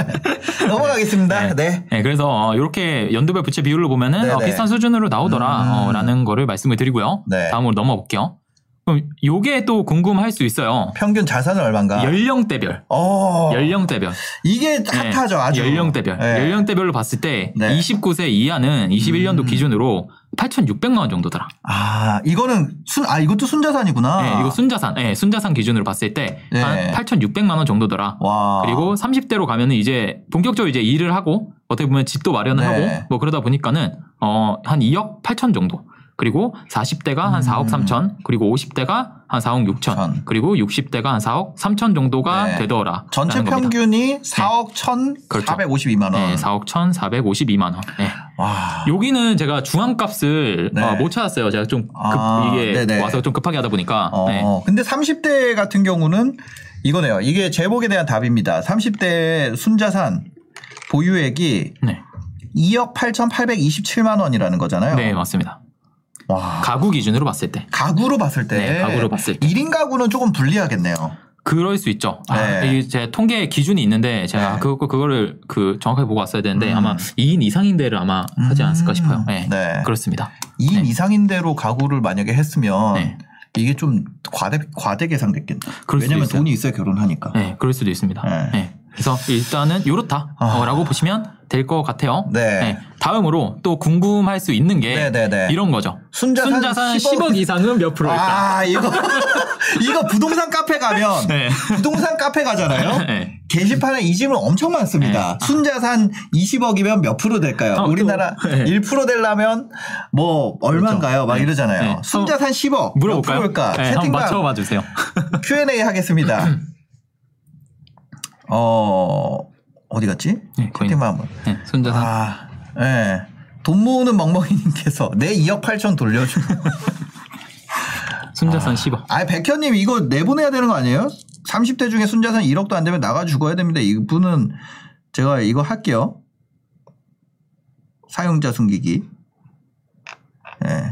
넘어가겠습니다. 네. 네, 그래서 이렇게 연도별 부채 비율로 보면은 어, 네네. 비슷한 수준으로 음. 나오더라라는 거를 말씀을 드리고요. 네. 다음으로 넘어가 볼게요. 그럼 요게 또 궁금할 수 있어요. 평균 자산은 얼마인가? 연령대별. 아. 어. 연령대별. 이게 네, 핫하죠, 아주. 연령대별. 네. 연령대별로 봤을 때 네. 29세 이하는 21년도 음. 기준으로 8,600만 원 정도더라. 아, 이거는 순, 아, 이것도 순자산이구나. 네, 이거 순자산, 네, 순자산 기준으로 봤을 때 네. 한 8,600만 원 정도더라. 와. 그리고 30대로 가면은 이제 본격적으로 이제 일을 하고 어떻게 보면 집도 마련을 네. 하고 뭐 그러다 보니까는 어, 한 2억 8천 정도. 그리고 40대가 한 4억 3천, 그리고 50대가 한 4억 6천, 음. 천. 그리고 60대가 한 4억 3천 정도가 네. 되더라. 전체 라는 겁니다. 네. 평균이 4억 그렇죠. 1,452만 원. 네, 4억 1,452만 원. 네. 와. 여기는 제가 중앙값을 네. 어, 못 찾았어요. 제가 좀 급, 아, 이게 네네. 와서 좀 급하게 하다 보니까. 어, 네. 근데 30대 같은 경우는 이거네요. 이게 제목에 대한 답입니다. 30대 순자산 보유액이 네. 2억 8,827만 원이라는 거잖아요. 네, 맞습니다. 와. 가구 기준으로 봤을 때. 가구로 봤을 때 네, 가구로 봤을 때. 1인 가구는 조금 불리하겠네요. 그럴 수 있죠. 아, 네. 이게 제 통계 기준이 있는데 제가 네. 그거 그거를 그 정확하게 보고 왔어야 되는데 음. 아마 2인 이상인 데를 아마 하지 음. 않았을까 싶어요. 네. 네. 그렇습니다. 2인 네. 이상인대로 가구를 만약에 했으면 네. 이게 좀 과대 과대 계산됐겠네. 그럴 수도 왜냐면 있어요. 돈이 있어야 결혼하니까. 네, 그럴 수도 있습니다. 네. 네. 그래서 일단은 아. 요렇다라고 보시면 될 것 같아요. 네. 다음으로 또 궁금할 수 있는 게 네, 네, 네. 이런 거죠. 순자산 10억 10억 이상은 몇 프로일까? 아 이거 이거 부동산 카페 가면 네. 부동산 카페 가잖아요. 네. 게시판에 이 질문 엄청 많습니다. 순자산 20억이면 몇 프로 될까요? 어, 또- 우리나라 네. 1% 되려면 뭐 얼마인가요? 막 이러잖아요. 네. 순자산 10억 물어볼까요? 몇 프로일까? 네, 한번 채팅방 맞춰봐 주세요. Q&A 하겠습니다. 어 어디 갔지? 네, 거의- 채팅방 한번. 네, 순자산. 아, 예. 돈 모으는 멍멍이님께서 내 2억 8천 돌려줘. 순자산 10억. 아, 백현님 이거 내보내야 되는 거 아니에요? 30대 중에 순자산 1억도 안 되면 나가 죽어야 됩니다. 이분은 제가 이거 할게요. 사용자 숨기기. 예.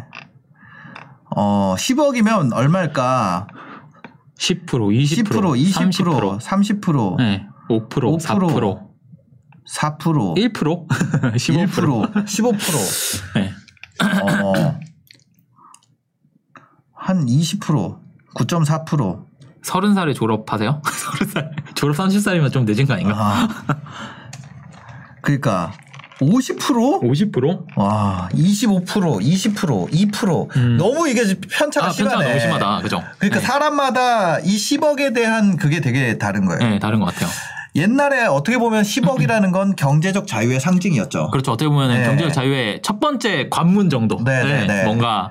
어, 10억이면 얼마일까? 10%, 20%, 10%, 20%, 30%, 30%, 네, 5%, 5%, 4%, 4%, 1%, 15%. 15%. 네. 어, 한 20%, 9.4%. 30살에 졸업하세요? 30살. 졸업 30살이면 좀 늦은 거 아닌가? 아. 그러니까 50%? 50%? 와, 25%, 20%, 2%. 음. 너무 이게 편차가 아, 심하네. 편차가 너무 심하다. 그죠? 그러니까 네. 사람마다 이 10억에 대한 그게 되게 다른 거예요. 네, 다른 것 같아요. 옛날에 어떻게 보면 10억이라는 건 경제적 자유의 상징이었죠. 그렇죠. 어떻게 보면 네. 경제적 자유의 첫 번째 관문 정도. 네, 네, 네. 뭔가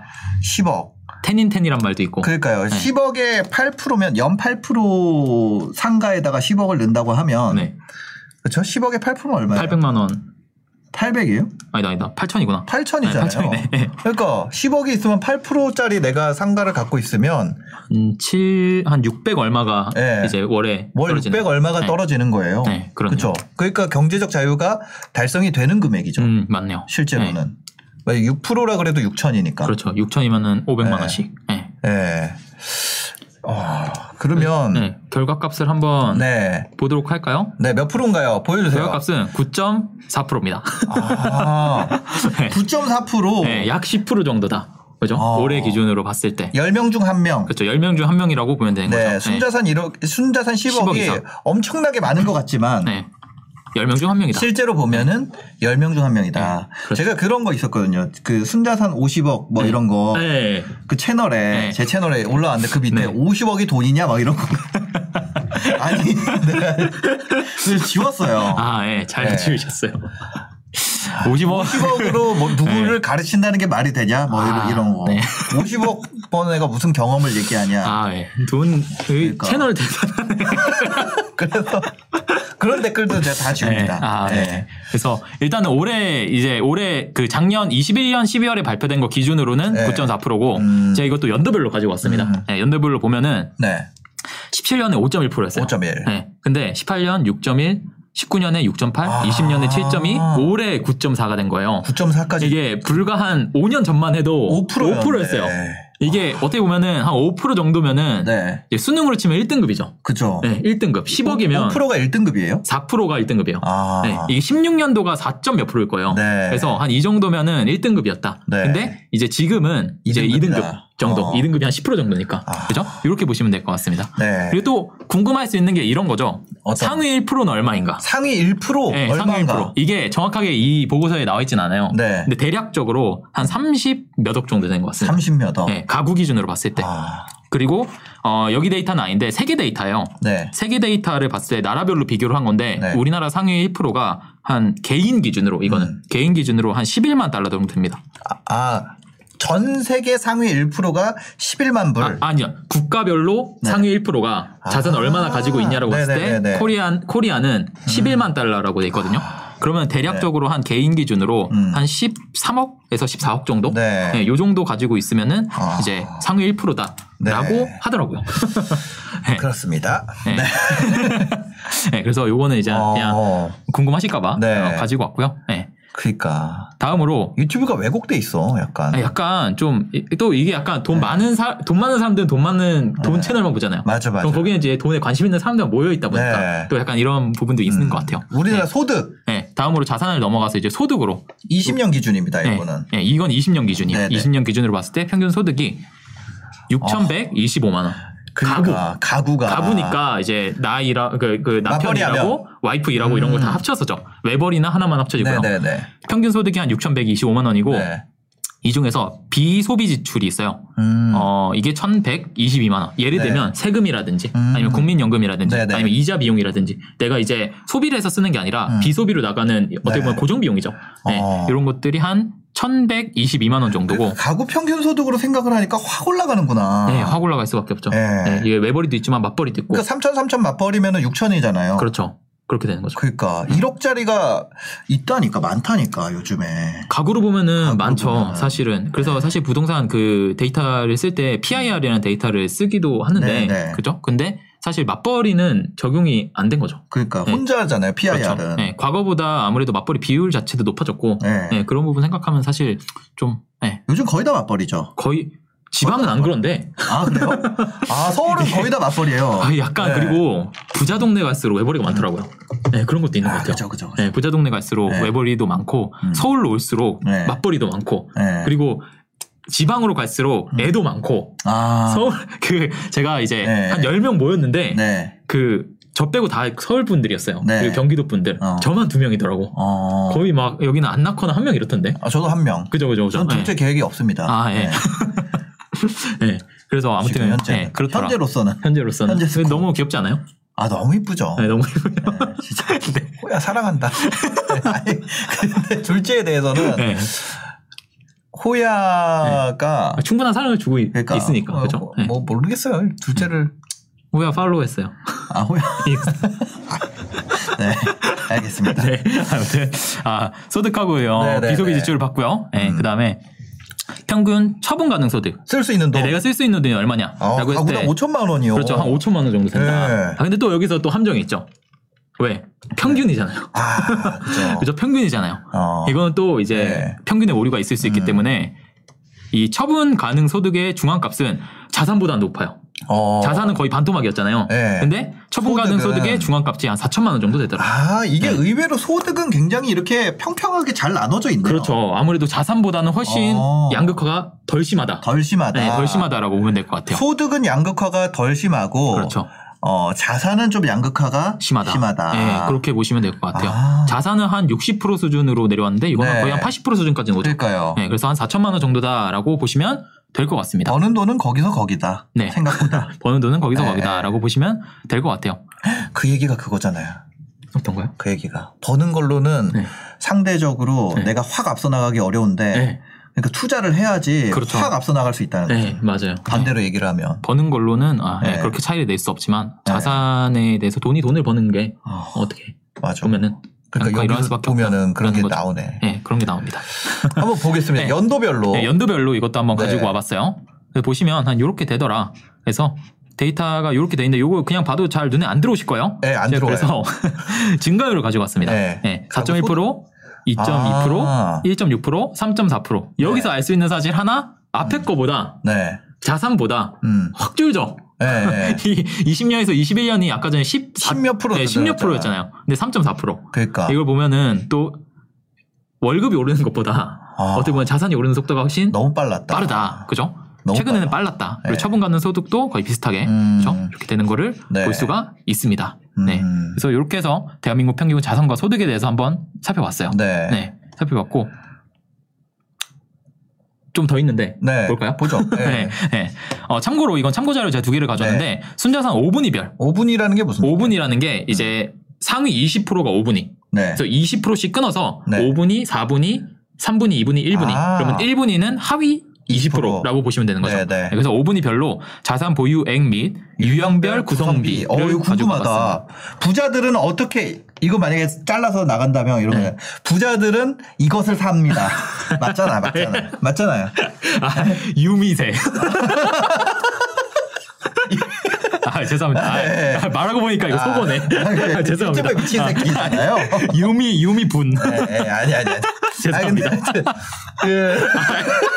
10억. 텐인텐이란 말도 있고. 그러니까요. 네. 10억에 8%면 연 8% 상가에다가 10억을 넣는다고 하면 네. 그렇죠? 10억에 8%면 얼마예요? 800만 원. 800. 이에요 아니다, 아니다. 8천이구나. 네, 8천이잖아요. 그러니까 10억이 있으면 8%짜리 내가 상가를 갖고 있으면 음, 7, 한 600 얼마가 네. 이제 월에 월 떨어지는. 600 얼마가 네. 떨어지는 거예요. 네, 그렇네요. 그렇죠. 그러니까 경제적 자유가 달성이 되는 금액이죠. 음, 맞네요. 네. 실제로는. 왜 6%라 그래도 6천이니까. 그렇죠. 6천이면은 500만 네. 원씩. 네. 예. 아, 그러면 네. 네. 결과값을 한번 네. 보도록 할까요? 몇 프로인가요? 보여주세요. 결과값은 9.4%입니다. 아, 9.4%. 네, 약 10% 정도다. 그죠? 어. 올해 기준으로 봤을 때. 10명 중 1명. 그렇죠. 10명 중 1명이라고 보면 되는 네, 거죠. 순자산 1억, 순자산 10억이 10억 이상. 엄청나게 많은 것 같지만 네. 10명 중 1명이다. 실제로 보면은 10명 중 1명이다. 그렇죠. 제가 그런 거 있었거든요. 그 순자산 50억 뭐 이런 거 그 네. 채널에 네. 제 채널에 올라왔는데 그 밑에 네. 50억이 돈이냐 막 이런 거. 아니, 내가 그래서 지웠어요. 아, 예. 잘 네. 아. 지으셨어요. 50억. 50억으로 뭐 누구를 가르친다는 게 말이 되냐? 뭐 이런, 네. 아, 이런 거. 네. 50억 번 애가 무슨 경험을 얘기하냐? 아, 예. 돈, 그 그러니까. 채널 대단하네. 그래서 그런 댓글도 제가 다 지웁니다. 아, 네. 네. 그래서 일단은 올해, 이제 올해 그 작년 21년 12월에 발표된 거 기준으로는 네. 9.4%고, 음. 제가 이것도 연도별로 가지고 왔습니다. 음. 예, 연도별로 보면은 네. 17년에 5.1%였어요. 5.1. 네. 근데 18년 6.1, 19년에 6.8, 아. 20년에 7.2, 올해 9.4가 된 거예요. 9.4까지 이게 불과 한 5년 전만 해도 5%였네. 5%였어요. 이게 어떻게 보면은 한 5% 정도면은 네. 이제 수능으로 치면 1등급이죠. 그죠. 네, 1등급. 10억이면 5%가 1등급이에요? 4%가 1등급이에요. 아. 네, 이게 16년도가 4점 몇 프로일 거예요. 네. 그래서 한 이 정도면은 1등급이었다. 네. 근데 이제 지금은 이제 2등급이다. 2등급 정도, 어. 2등급이 한 10% 정도니까. 아. 그죠? 이렇게 보시면 될 것 같습니다. 네. 그리고 또 궁금할 수 있는 게 이런 거죠. 어떤- 상위 1%는 얼마인가? 상위 1% 네, 상위 얼마인가? 1%. 이게 정확하게 이 보고서에 나와 있진 않아요. 네. 근데 대략적으로 한 30 몇 억 정도 된 것 같습니다. 30몇 억. 네, 가구 기준으로 봤을 때. 아. 그리고 어, 여기 데이터는 아닌데 세계 데이터예요. 네. 세계 데이터를 봤을 때 나라별로 비교를 한 건데 네. 우리나라 상위 1%가 한 개인 기준으로 이거는 음. 개인 기준으로 한 11만 달러 정도 됩니다. 아, 아. 전 세계 상위 1%가 11만 불. 아, 아니요. 국가별로 네. 상위 1%가 자산 아. 얼마나 가지고 있냐라고 봤을 때 네네네네. 음. 코리안 코리아는 11만 달러라고 돼 있거든요. 그러면 대략적으로 한 개인 기준으로 네. 음. 한 13억에서 14억 정도? 네. 요 정도 가지고 있으면은 아. 이제 상위 1%다라고 네. 하더라고요. 네. 그렇습니다. 네. 네, 그래서 요거는 이제 그냥 어, 궁금하실까봐 네. 어, 가지고 왔고요. 네. 그러니까 다음으로 유튜브가 왜곡돼 있어, 약간. 아, 약간 좀 또 이게 약간 돈 많은 사, 돈 많은 사람들은 돈 많은 돈 채널만 보잖아요. 네. 맞아, 맞아. 그럼 거기는 이제 돈에 관심 있는 사람들 모여 있다 보니까 네. 음. 또 약간 이런 부분도 있는 것 같아요. 우리나라 네. 소득 네, 다음으로 자산을 넘어가서 이제 소득으로. 20년 기준입니다, 네, 이거는. 네, 이건 20년 기준이에요. 네, 네. 20년 기준으로 봤을 때 평균 소득이 6,125만 원. 그러니까 가구. 가 가부니까 이제 나이라 그, 그 남편이라고 와이프이라고 이런 걸 다 합쳐서죠. 외벌이나 하나만 합쳐지고요. 음. 네네네. 평균 소득이 한 6,125만 원이고 네. 이 중에서 비소비 지출이 있어요. 음. 어, 이게 1,122만 원. 예를 네. 들면 세금이라든지 음. 아니면 국민연금이라든지 네, 네. 아니면 이자 비용이라든지 내가 이제 소비를 해서 쓰는 게 아니라 음. 비소비로 나가는 어떻게 보면 네. 고정 비용이죠. 네. 어. 이런 것들이 한 1,122만 원 정도고 가구 평균 소득으로 생각을 하니까 확 올라가는구나. 네, 확 올라갈 수밖에 없죠. 아. 네. 네, 이게 외벌이도 있지만 맞벌이도 있고 그러니까 3천 3천 맞벌이면은 6천이잖아요. 그렇죠. 네. 그렇게 되는 거죠. 그러니까 1억짜리가 있다니까 많다니까 요즘에. 가구로 보면은 가구로 많죠, 보면은. 네. 사실은. 그래서 사실 부동산 그 데이터를 쓸 때 PIR이라는 데이터를 쓰기도 하는데, 네, 네. 그죠? 근데 사실 맞벌이는 적용이 안 된 거죠. 그러니까 네. 혼자잖아요. PIR은. 네, 과거보다 아무래도 맞벌이 비율 자체도 높아졌고 네. 네, 그런 부분 생각하면 사실 좀 네, 요즘 거의 다 맞벌이죠. 거의 지방은 안 그런데 아 그래요? 아 서울은 거의 다 맞벌이에요. 아, 약간 네. 음. 그리고 부자 동네 갈수록 외벌이가 많더라고요. 네, 그런 것도 있는 것 아, 같아요. 그죠 그죠. 그죠. 네, 부자 동네 갈수록 네. 외벌이도 많고 음. 서울로 올수록 네. 맞벌이도 많고 네. 음. 그리고 지방으로 갈수록 애도 많고 아 서울 그 제가 이제 네. 한 10명 모였는데 네. 그 저 빼고 다 서울 분들이었어요. 네. 그리고 경기도 분들. 어. 저만 두 명이더라고. 어. 거의 막 여기는 안 낳거나 한 명 이렇던데. 아, 저도 한 명. 그죠 그죠 그죠. 저는 둘째 계획이 없습니다. 아, 예. 예. 예. 그래서 네. 지금 아무튼 현재 예, 그렇더라. 현재로서는 현재로서는 현재 스코어. 너무 귀엽지 않아요? 아 너무 이쁘죠. 네, 너무 네, 진짜 호야 사랑한다. 네, 아니, 근데 둘째에 대해서는 예. 호야가 아, 충분한 사랑을 주고 있, 그러니까 으니까 어, 그죠? 음. 뭐, 예. 뭐 모르겠어요. 둘째를 호야 팔로우했어요. 아 호야. 네 알겠습니다. 예. 네. 아무튼 아 소득하고요. 네, 네, 비소비 네. 지출을 받고요. 예, 음. 그다음에 평균 처분 가능 소득. 쓸 수 있는 네, 돈. 내가 쓸 수 있는 돈이 어. 아, 얼마냐라고 했을 때 가구당 5천만 원이요. 그렇죠. 한 5천만 원 정도 된다. 네. 아, 근데 또 여기서 또 함정이 있죠. 왜? 평균이잖아요. 아 그죠. 그죠? 평균이잖아요. 어. 이거는 또 이제 네. 평균의 오류가 있을 수 있기 음. 때문에 이 처분 가능 소득의 중앙값은 자산보다 높아요. 어. 자산은 거의 반토막이었잖아요. 네. 근데 처분 가능 소득은- 소득의 중앙값이 한 4천만 원 정도 되더라고요. 아 이게 네. 의외로 소득은 굉장히 이렇게 평평하게 잘 나눠져 있네요. 그렇죠. 아무래도 자산보다는 훨씬 어. 양극화가 덜 심하다. 덜 심하다. 네, 덜 심하다라고 보면 될 것 같아요. 소득은 양극화가 덜 심하고 그렇죠. 어, 자산은 좀 양극화가 심하다. 네, 그렇게 보시면 될 것 같아요. 아. 자산은 한 60% 수준으로 내려왔는데 이거는 네. 거의 한 80% 수준까지는 오죠. 그러니까요. 네, 그래서 한 4천만 원 정도다라고 보시면 될 것 같습니다. 버는 돈은 거기서 거기다. 네. 생각보다 버는 돈은 거기서 어? 네. 거기다라고 보시면 될 것 같아요. 그 얘기가 그거잖아요. 어떤가요? 그 얘기가 버는 걸로는 네. 상대적으로 네. 내가 확 앞서 나가기 어려운데 네, 그러니까 투자를 해야지 그렇죠. 확 앞서 나갈 수 있다는 네, 거죠. 맞아요. 네. 반대로 얘기를 하면 버는 걸로는 아, 네, 네. 그렇게 차이를 낼 수 없지만 자산에 대해서 돈이 돈을 버는 게 어, 어떻게 맞아. 보면은 그러니까 약간 이럴 여기서 수밖에 보면은 그런 게 없다라는 거죠. 나오네. 네, 그런 게 나옵니다. 한번 보겠습니다. 네. 연도별로 네, 연도별로 이것도 한번 네. 가지고 와봤어요. 그래서 보시면 한 이렇게 되더라. 그래서 데이터가 이렇게 돼 있는데 이거 그냥 봐도 잘 눈에 안 들어오실 거예요. 네, 안 제가 들어와요. 그래서 증가율을 가져왔습니다. 네. 그 네. 4.1%, 2.2%, 아. 1.6%, 3.4%. 여기서 알 수 있는 사실 하나, 음. 앞에 거보다 네. 자산보다 음. 확 줄죠. 네. 네. 이 20년에서 21년이 아까 전에 14, 10몇 프로 네, 16%였잖아요. 근데 3.4%. 그러니까 이걸 보면은 또 월급이 오르는 것보다 아. 어떻게 보면 자산이 오르는 속도가 훨씬 너무 빨랐다. 빠르다. 그죠? 너무 최근에는 빨랐다. 그리고 네. 처분 가능 소득도 거의 비슷하게 음. 그죠? 이렇게 되는 거를 네. 볼 수가 있습니다. 네. 음. 그래서 이렇게 해서 대한민국 평균 자산과 소득에 대해서 한번 살펴봤어요. 네. 네. 네, 살펴봤고 좀 더 있는데 볼까요? 보죠. 네. 네. 네. 어, 참고로 이건 참고 자료 제가 두 개를 가져왔는데 순자산 5분위별 5분이라는 게 무슨? 5분이라는 게 이제 상위 20%가 5분위 음. 네. 그래서 20%씩 끊어서 네. 5분위, 4분위, 3분위, 2분위, 1분위 아. 그러면 1분위는 하위 20%라고 보시면 되는 거죠. 네, 네. 그래서 5분위별로 자산 보유액 및 유형별 구성비를 어, 이거 가지고 봤습니다. 궁금하다. 부자들은 어떻게 이거 만약에 잘라서 나간다면 이러면 네. 부자들은 이것을 삽니다. 맞잖아, 네. 맞잖아, 맞잖아요. 아, 유미세. 아, 죄송합니다. 아, 네. 아, 말하고 보니까 이거 속어네. 아, 죄송합니다. 에 미친 아, 새끼잖아요. 유미, 유미분. 네, 네, 아니 아니 아니. 죄송합니다. 아니, 근데, 그,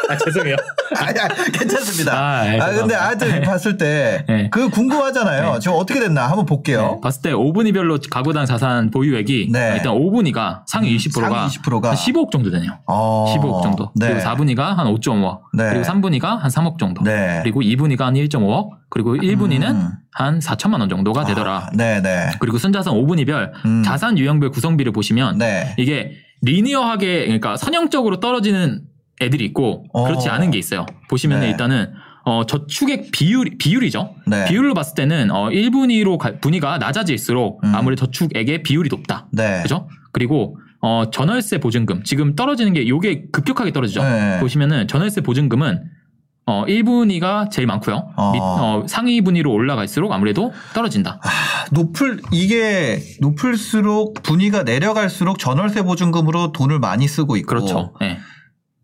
아, 죄송해요. 아니, 아니, 괜찮습니다. 아, 네, 아, 근데 죄송합니다. 하여튼 봤을 때 네. 그 궁금하잖아요. 네. 지금 어떻게 됐나 한번 볼게요. 봤을 때 5분위별로 가구당 자산 보유액이 네. 일단 5분위가 네. 상위 20%가, 음, 상위 20%가 한 15억 정도 되네요. 어, 15억 정도. 네. 그리고 4분위가 한 5.5억. 네. 그리고 3분위가 한 3억 정도. 네. 그리고 2분위가 한 1.5억. 그리고 1분위는 음. 한 4천만 원 정도가 되더라. 아, 네, 네. 그리고 순자산 5분위별 음. 자산 유형별 구성비를 보시면 네. 이게 리니어하게 그러니까 선형적으로 떨어지는 애들이 있고 어. 그렇지 않은 게 있어요. 보시면 네. 일단은 어, 저축액 비율 비율이죠. 네. 비율로 봤을 때는 어, 1분위로 가, 분위가 낮아질수록 음. 아무래도 저축액의 비율이 높다. 네. 그죠? 그리고 어, 전월세 보증금 지금 떨어지는 게 요게 급격하게 떨어지죠. 네. 보시면은 전월세 보증금은 어, 1분위가 제일 많고요. 어. 밑- 어, 상위 분위로 올라갈수록 아무래도 떨어진다. 아, 높을 이게 높을수록 분위가 내려갈수록 전월세 보증금으로 돈을 많이 쓰고 있고 그렇죠. 네.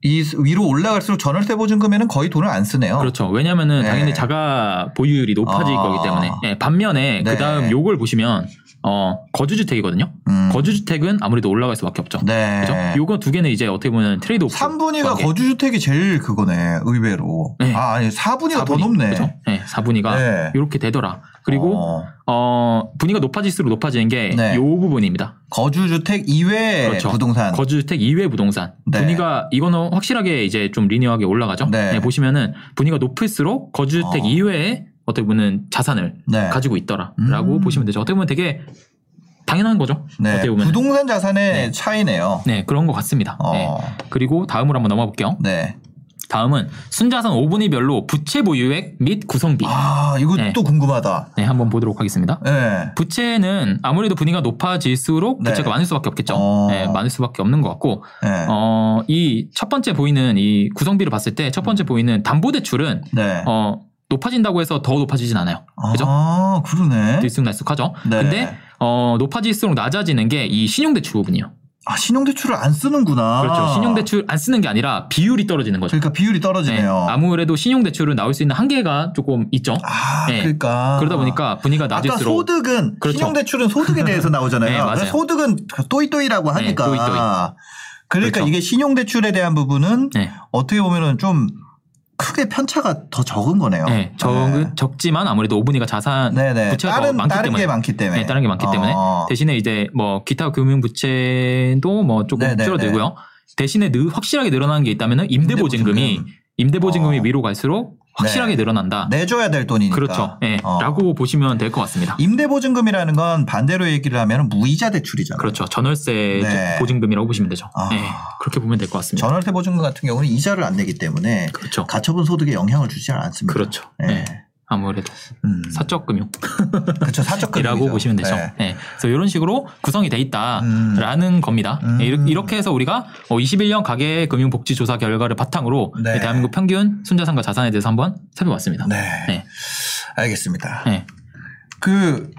이 수- 위로 올라갈수록 전월세 보증금에는 거의 돈을 안 쓰네요. 그렇죠. 왜냐면은 네. 당연히 자가 보유율이 높아질 아. 거기 때문에. 예, 반면에 네. 그다음 요걸 보시면 어, 거주주택이거든요. 음. 거주주택은 아무래도 올라갈 수밖에 없죠. 네. 그죠? 요거 두 개는 이제 어떻게 보면 트레이드 오프. 3분위가 관계. 거주주택이 제일 그거네. 의외로. 예. 네. 아, 아니 4분위가 더 사분위, 높네. 그죠? 네, 4분위가 네. 이렇게 되더라. 그리고 어, 어, 분위가 높아질수록 높아지는 게 요 네. 부분입니다. 거주주택 이외 그렇죠. 부동산. 거주주택 이외 부동산 네. 분위가 이거는 확실하게 이제 좀 리니어하게 올라가죠. 네. 네, 보시면은 분위가 높을수록 거주주택 어. 이외에 어떻게 보면 자산을 네. 가지고 있더라라고 음. 보시면 되죠. 어떻게 보면 되게 당연한 거죠. 네. 어떻게 보면 부동산 자산의 네. 차이네요. 네 그런 것 같습니다. 네. 어. 그리고 다음으로 한번 넘어가 볼게요. 네. 다음은 순자산 5분위별로 부채 보유액 및 구성비. 아, 이거 네. 또 궁금하다. 네 한번 보도록 하겠습니다. 예. 네. 부채는 아무래도 분위가 높아질수록 네. 부채가 많을 수밖에 없겠죠. 어. 네, 많을 수밖에 없는 것 같고 네. 어, 이 첫 번째 보이는 이 구성비를 봤을 때 첫 번째 보이는 담보대출은 음. 네. 어, 높아진다고 해서 더 높아지진 않아요. 그죠? 아, 그러네. 들쑥날쑥하죠. 네. 근데 어, 높아질수록 낮아지는 게 이 신용대출 부분이요. 아, 신용대출을 안 쓰는구나. 그렇죠. 신용대출 안 쓰는 게 아니라 비율이 떨어지는 거죠. 그러니까 비율이 떨어지네요. 네, 아무래도 신용대출은 나올 수 있는 한계가 조금 있죠. 아, 네. 그러니까. 그러다 보니까 분위가 아까 낮을수록 소득은 그렇죠. 신용대출은 소득에 대해서 나오잖아요. 네, 맞아요. 네, 그래서 소득은 또이또이라고 하니까. 또이또이. 그러니까 그렇죠. 이게 신용대출에 대한 부분은 네. 어떻게 보면은 좀 크게 편차가 더 적은 거네요. 네, 네. 적은 적지만 아무래도 오분위가 자산 네네. 부채가 더 다른 많기 다른 때문에 게 많기 때문에. 네, 다른 게 많기 때문에 어. 대신에 이제 뭐 기타 금융 부채도 뭐 조금 네네네. 줄어들고요. 대신에 늘 확실하게 늘어나는 게 있다면은 임대 보증금이 임대보증금. 임대 보증금이 어. 위로 갈수록 확실하게 늘어난다. 내줘야 될 돈이니까. 그렇죠. 예. 어. 라고 보시면 될 것 같습니다. 임대보증금이라는 건 반대로 얘기를 하면 무이자 대출이잖아요. 그렇죠. 전월세 네. 보증금이라고 보시면 되죠. 아. 예. 그렇게 보면 될 것 같습니다. 전월세 보증금 같은 경우는 이자를 안 내기 때문에 그렇죠. 가처분 소득에 영향을 주지 않습니다. 그렇죠. 예. 예. 아무래도 음. 사적 금융 그렇죠. 사적 이라고 금융이죠. 보시면 되죠. 아, 네. 네. 그래서 이런 식으로 구성이 돼 있다라는 겁니다. 음. 네, 이렇- 이렇게 해서 우리가 21년 가계 금융 복지 조사 결과를 바탕으로 네. 대한민국 평균 순자산과 자산에 대해서 한번 살펴봤습니다. 네. 네. 알겠습니다. 네. 그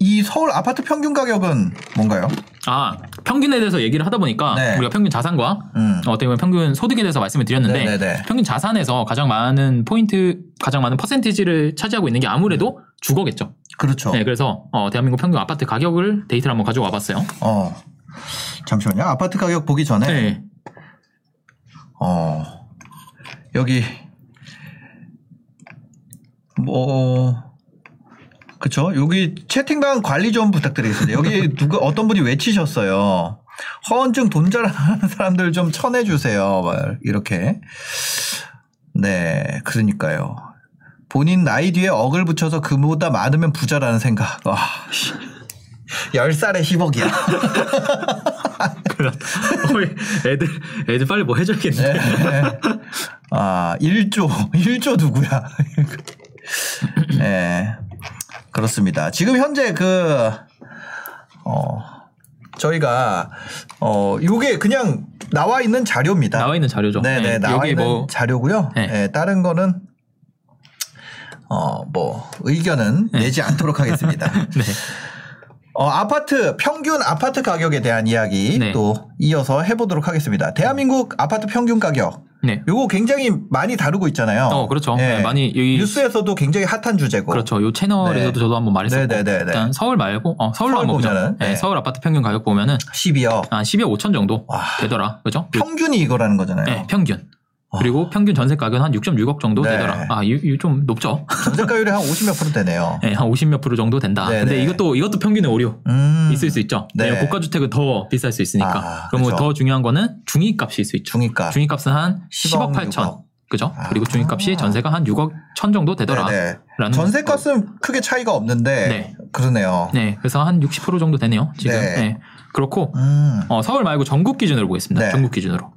이 서울 아파트 평균 가격은 뭔가요? 아 평균에 대해서 얘기를 하다 보니까 네. 우리가 평균 자산과 음. 어떻게 보면 평균 소득에 대해서 말씀을 드렸는데 네, 네, 네. 평균 자산에서 가장 많은 포인트, 가장 많은 퍼센티지를 차지하고 있는 게 아무래도 네. 주거겠죠. 그렇죠. 네, 그래서 어, 대한민국 평균 아파트 가격을 데이터를 한번 가져와봤어요. 어. 잠시만요. 아파트 가격 보기 전에 네. 어. 여기 뭐 그쵸? 여기 채팅방 관리 좀 부탁드리겠습니다. 여기 누가 어떤 분이 외치셨어요. 허언증 돈 잘하는 사람들 좀 쳐내 주세요. 막 이렇게. 네, 그러니까요. 본인 나이 뒤에 억을 붙여서 그보다 많으면 부자라는 생각. 와. 10살에 10억이야. 어이, 애들 애들 빨리 뭐 해줘야겠네. 아, 1조. 1조 누구야? 네. 그렇습니다. 지금 현재 그, 어, 저희가, 어, 요게 그냥 나와 있는 자료입니다. 나와 있는 자료죠. 네네, 네, 나와 여기 있는 뭐 자료고요. 네. 네, 다른 거는, 어, 뭐, 의견은 내지 않도록 하겠습니다. 예. 네. 어, 아파트 평균 아파트 가격에 대한 이야기 네. 또 이어서 해보도록 하겠습니다. 대한민국 아파트 평균 가격 네. 요거 굉장히 많이 다루고 있잖아요. 어, 그렇죠. 예. 네, 많이 이 뉴스에서도 굉장히 핫한 주제고. 그렇죠. 요 채널에서도 네. 저도 한번 말했었고 네네네네. 일단 서울 말고 어, 서울로 서울 한번 보자. 보면은, 네, 네. 서울 아파트 평균 가격 보면은 12억 한 10여 5천 정도 와. 되더라. 그죠? 요- 아, 평균이 이거라는 거잖아요. 네, 평균. 그리고 평균 전세 가격은 한 6.6억 정도 아. 네. 되더라. 아, 이좀 높죠. 전세가율이 한 50몇 프로 되네요. 네, 한 50 몇 프로 정도 된다. 네, 근데 네. 이것도 이것도 평균의 오류 음, 있을 수 있죠. 네. 네, 고가 주택은 더 비쌀 수 있으니까. 아, 그럼 뭐 그렇죠. 더 중요한 거는 중위값일 수 있죠. 중위가. 중위값은 한 10억 10억 8천. 그죠? 아. 그리고 중위값이 전세가 한 6억 천 정도 되더라라는 어, 네네. 전세값은 크게 차이가 없는데 네. 그러네요. 네, 그래서 한 60% 정도 되네요. 지금. 네. 네. 그렇고 음, 어, 서울 말고 전국 기준으로 보겠습니다. 네. 전국 기준으로.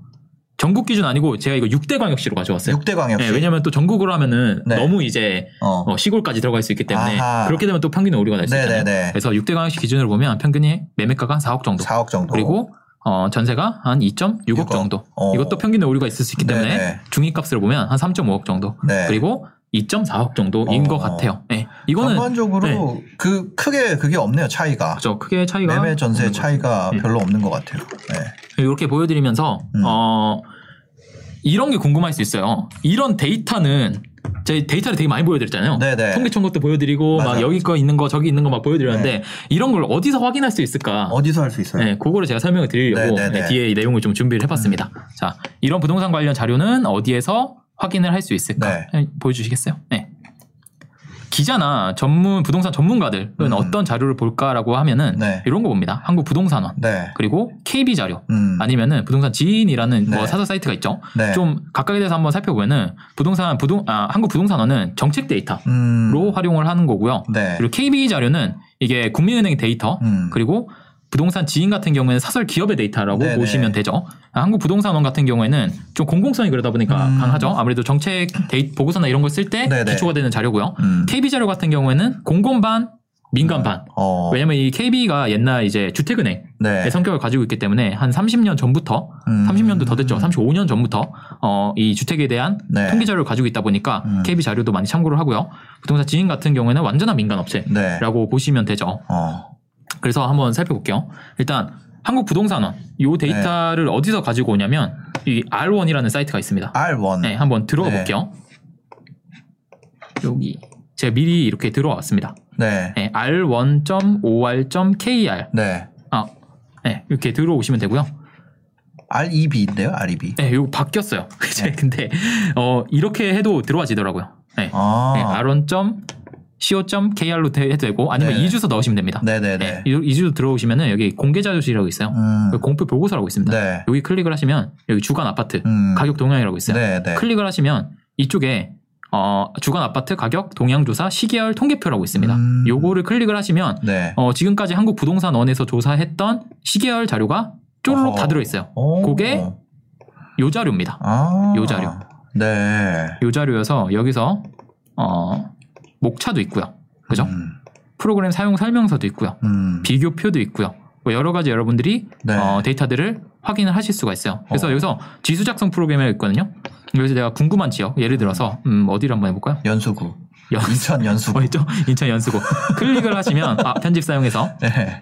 전국 기준 아니고 제가 이거 6대 광역시로 가져왔어요. 6대 광역시. 네, 왜냐면 또 전국으로 하면은 네. 너무 이제 어. 어, 시골까지 들어갈 수 있기 때문에 아하. 그렇게 되면 또 평균의 오류가 날 수 있잖아요. 네네네. 그래서 6대 광역시 기준으로 보면 평균이 매매가가 한 4억 정도. 4억 정도. 그리고 어, 전세가 한 2.6억 육억. 정도. 어. 이것도 평균의 오류가 있을 수 있기 때문에 네네. 중위값으로 보면 한 3.5억 정도. 네. 그리고 2.4억 정도인 어. 것 같아요. 네. 이거는 네. 아, 전반적으로 그 크게 그게 없네요 차이가 그죠. 크게 차이가 음. 매매 전세 없는 거죠. 차이가 음. 별로 없는 것 같아요. 네. 이렇게 보여드리면서 음. 어, 이런 게 궁금할 수 있어요. 이런 데이터는 제 데이터를 되게 많이 보여드렸잖아요. 네네. 어, 통계청 것도 보여드리고 맞아요. 네. 막 여기 거 있는 거 저기 있는 거 막 보여드렸는데 이런 걸 어디서 확인할 수 있을까? 어디서 할 수 있어요? 네, 그거를 제가 설명을 드리려고 네네네. 음. 네, 뒤에 이 내용을 좀 준비를 해봤습니다. 자, 이런 부동산 관련 자료는 어디에서 확인을 할 수 있을까? 네, 보여주시겠어요? 네. 기자나 전문 부동산 전문가들은 음. 어떤 자료를 볼까라고 하면은 네. 이런 거 봅니다. 한국 부동산원 네. 그리고 KB 자료 음. 아니면은 부동산 지인이라는 네. 뭐 사설 사이트가 있죠. 네. 좀 각각에 대해서 한번 살펴보면은 부동산 부동 아 한국 부동산원은 정책 데이터로 음. 활용을 하는 거고요. 네. 그리고 KB 자료는 이게 국민은행 데이터 음. 그리고 부동산 지인 같은 경우에는 사설 기업의 데이터라고 네네. 보시면 되죠. 아, 한국 부동산원 같은 경우에는 좀 공공성이 그러다 보니까 음. 강하죠. 아무래도 정책 데이 보고서나 이런 걸 쓸 때 네네. 기초가 되는 자료고요. 음. KB 자료 같은 경우에는 공공 반 민간 반. 어. 왜냐면 이 KB가 옛날 이제 주택은행의 네. 성격을 가지고 있기 때문에 한 30년 전부터 음. 30년도 더 됐죠. 35년 전부터 어, 이 주택에 대한 네. 통계 자료를 가지고 있다 보니까 음. KB 자료도 많이 참고를 하고요. 부동산 지인 같은 경우에는 완전한 민간 네. 업체라고 보시면 되죠. 어. 그래서 한번 살펴볼게요. 일단 한국 부동산원 네. 이 데이터를 어디서 가지고 오냐면 이 R1이라는 사이트가 있습니다. R1. 네, 한번 들어가 네. 볼게요. 여기 제가 미리 이렇게 들어왔습니다. 네. 네, r1.or.kr 네. 아, 네, 이렇게 들어오시면 되고요. R2B인데요, R2B. 네, 이거 바뀌었어요. 네. 이제 근데 어, 이렇게 해도 들어와지더라고요. 네, 아. 네 r1.co.kr로 해도 되고 아니면 네네. 이 주소 넣으시면 됩니다. 네네네. 네, 이- 이 주소 들어오시면은 여기 공개 자료실이라고 있어요. 음. 여기 공표 보고서라고 있습니다. 네. 여기 클릭을 하시면 여기 주간 아파트 음. 가격 동향이라고 있어요. 네네. 클릭을 하시면 이쪽에 어, 주간 아파트 가격 동향 조사 시계열 통계표라고 있습니다. 음. 요거를 클릭을 하시면 네. 어, 지금까지 한국 부동산원에서 조사했던 시계열 자료가 쪼르륵 어허. 다 들어 있어요. 오. 그게 요 자료입니다. 아. 요 자료. 네. 요 자료여서 여기서 어, 목차도 있고요. 그죠? 음. 프로그램 사용 설명서도 있고요. 음. 비교표도 있고요. 뭐 여러 가지 여러분들이 네. 어, 데이터들을 확인을 하실 수가 있어요. 그래서 어. 여기서 지수 작성 프로그램이 있거든요. 여기서 내가 궁금한 지역, 예를 들어서 음, 어디를 한번 해볼까요? 연수구. 연- 인천 연수구. 어디죠? 인천 연수구. 클릭을 하시면 아, 편집 사용해서 네.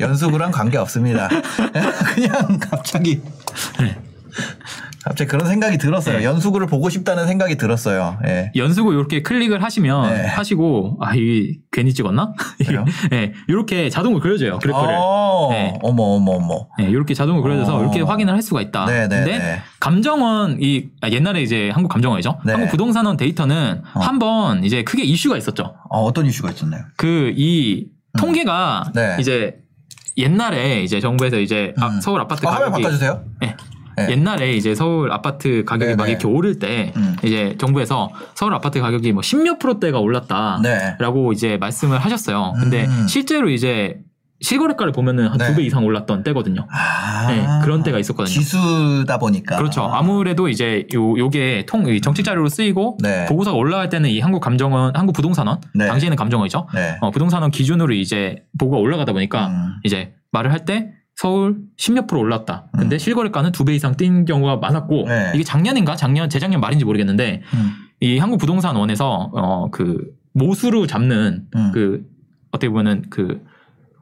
연수구랑 관계 없습니다. 예? 그냥 갑자기 네. 갑자기 그런 생각이 들었어요. 네. 연수구를 보고 싶다는 생각이 들었어요. 예. 연수구 이렇게 클릭을 하시면 네. 하시고 아이 괜히 찍었나? 그래요? 네, 이렇게 자동으로 그려져요 그래프를. 어, 네. 어머 어머 어머. 네, 이렇게 자동으로 그려져서 어. 이렇게 확인을 할 수가 있다. 네, 네, 아, 근데 네. 감정원 이 아, 옛날에 이제 한국 감정원이죠. 네. 한국 부동산원 데이터는 어. 한번 이제 크게 이슈가 있었죠. 어, 어떤 이슈가 있었나요? 그 이 통계가 음. 네. 이제 옛날에 이제 정부에서 이제 아, 음. 서울 아파트 어, 화면 가격이 바꿔주세요. 예. 네. 옛날에 이제 서울 아파트 가격이 네, 막 네. 이렇게 오를 때 음. 이제 정부에서 서울 아파트 가격이 뭐 십몇 프로대가 올랐다. 네. 라고 이제 말씀을 하셨어요. 근데 음. 실제로 이제 실거래가를 보면은 한 네. 두 배 이상 올랐던 때거든요. 아, 네, 그런 때가 있었거든요. 지수다 보니까. 그렇죠. 아무래도 이제 요 요게 통이 정책 자료로 쓰이고 네. 보고서가 올라갈 때는 이 한국 감정원, 한국 부동산원 네. 당시에는 감정원이죠. 네. 어, 부동산원 기준으로 이제 보고가 올라가다 보니까 음. 이제 말을 할 때 서울 10몇 프로 올랐다. 근데 음. 실거래가는 두 배 이상 뛴 경우가 많았고 네. 이게 작년인가 작년 재작년 말인지 모르겠는데 음. 이 한국 부동산원에서 어그 모수로 잡는 음. 그 어떻게 보면은 그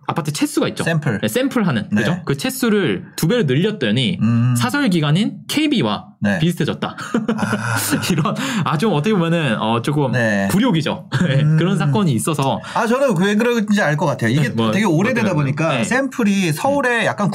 아파트 채수가 있죠. 샘플. 네, 샘플하는 네. 그죠? 그 채수를 두 배로 늘렸더니 음. 네. 사설 기관인 KB와 네. 비슷해졌다. 아, 이런 아 좀 어떻게 보면은 어 조금 네. 굴욕이죠. 네, 음. 그런 사건이 있어서 아 저는 왜 그런지 알 것 같아요. 이게 네, 뭐, 되게 오래되다 뭐 때문에. 보니까 네. 샘플이 서울에 약간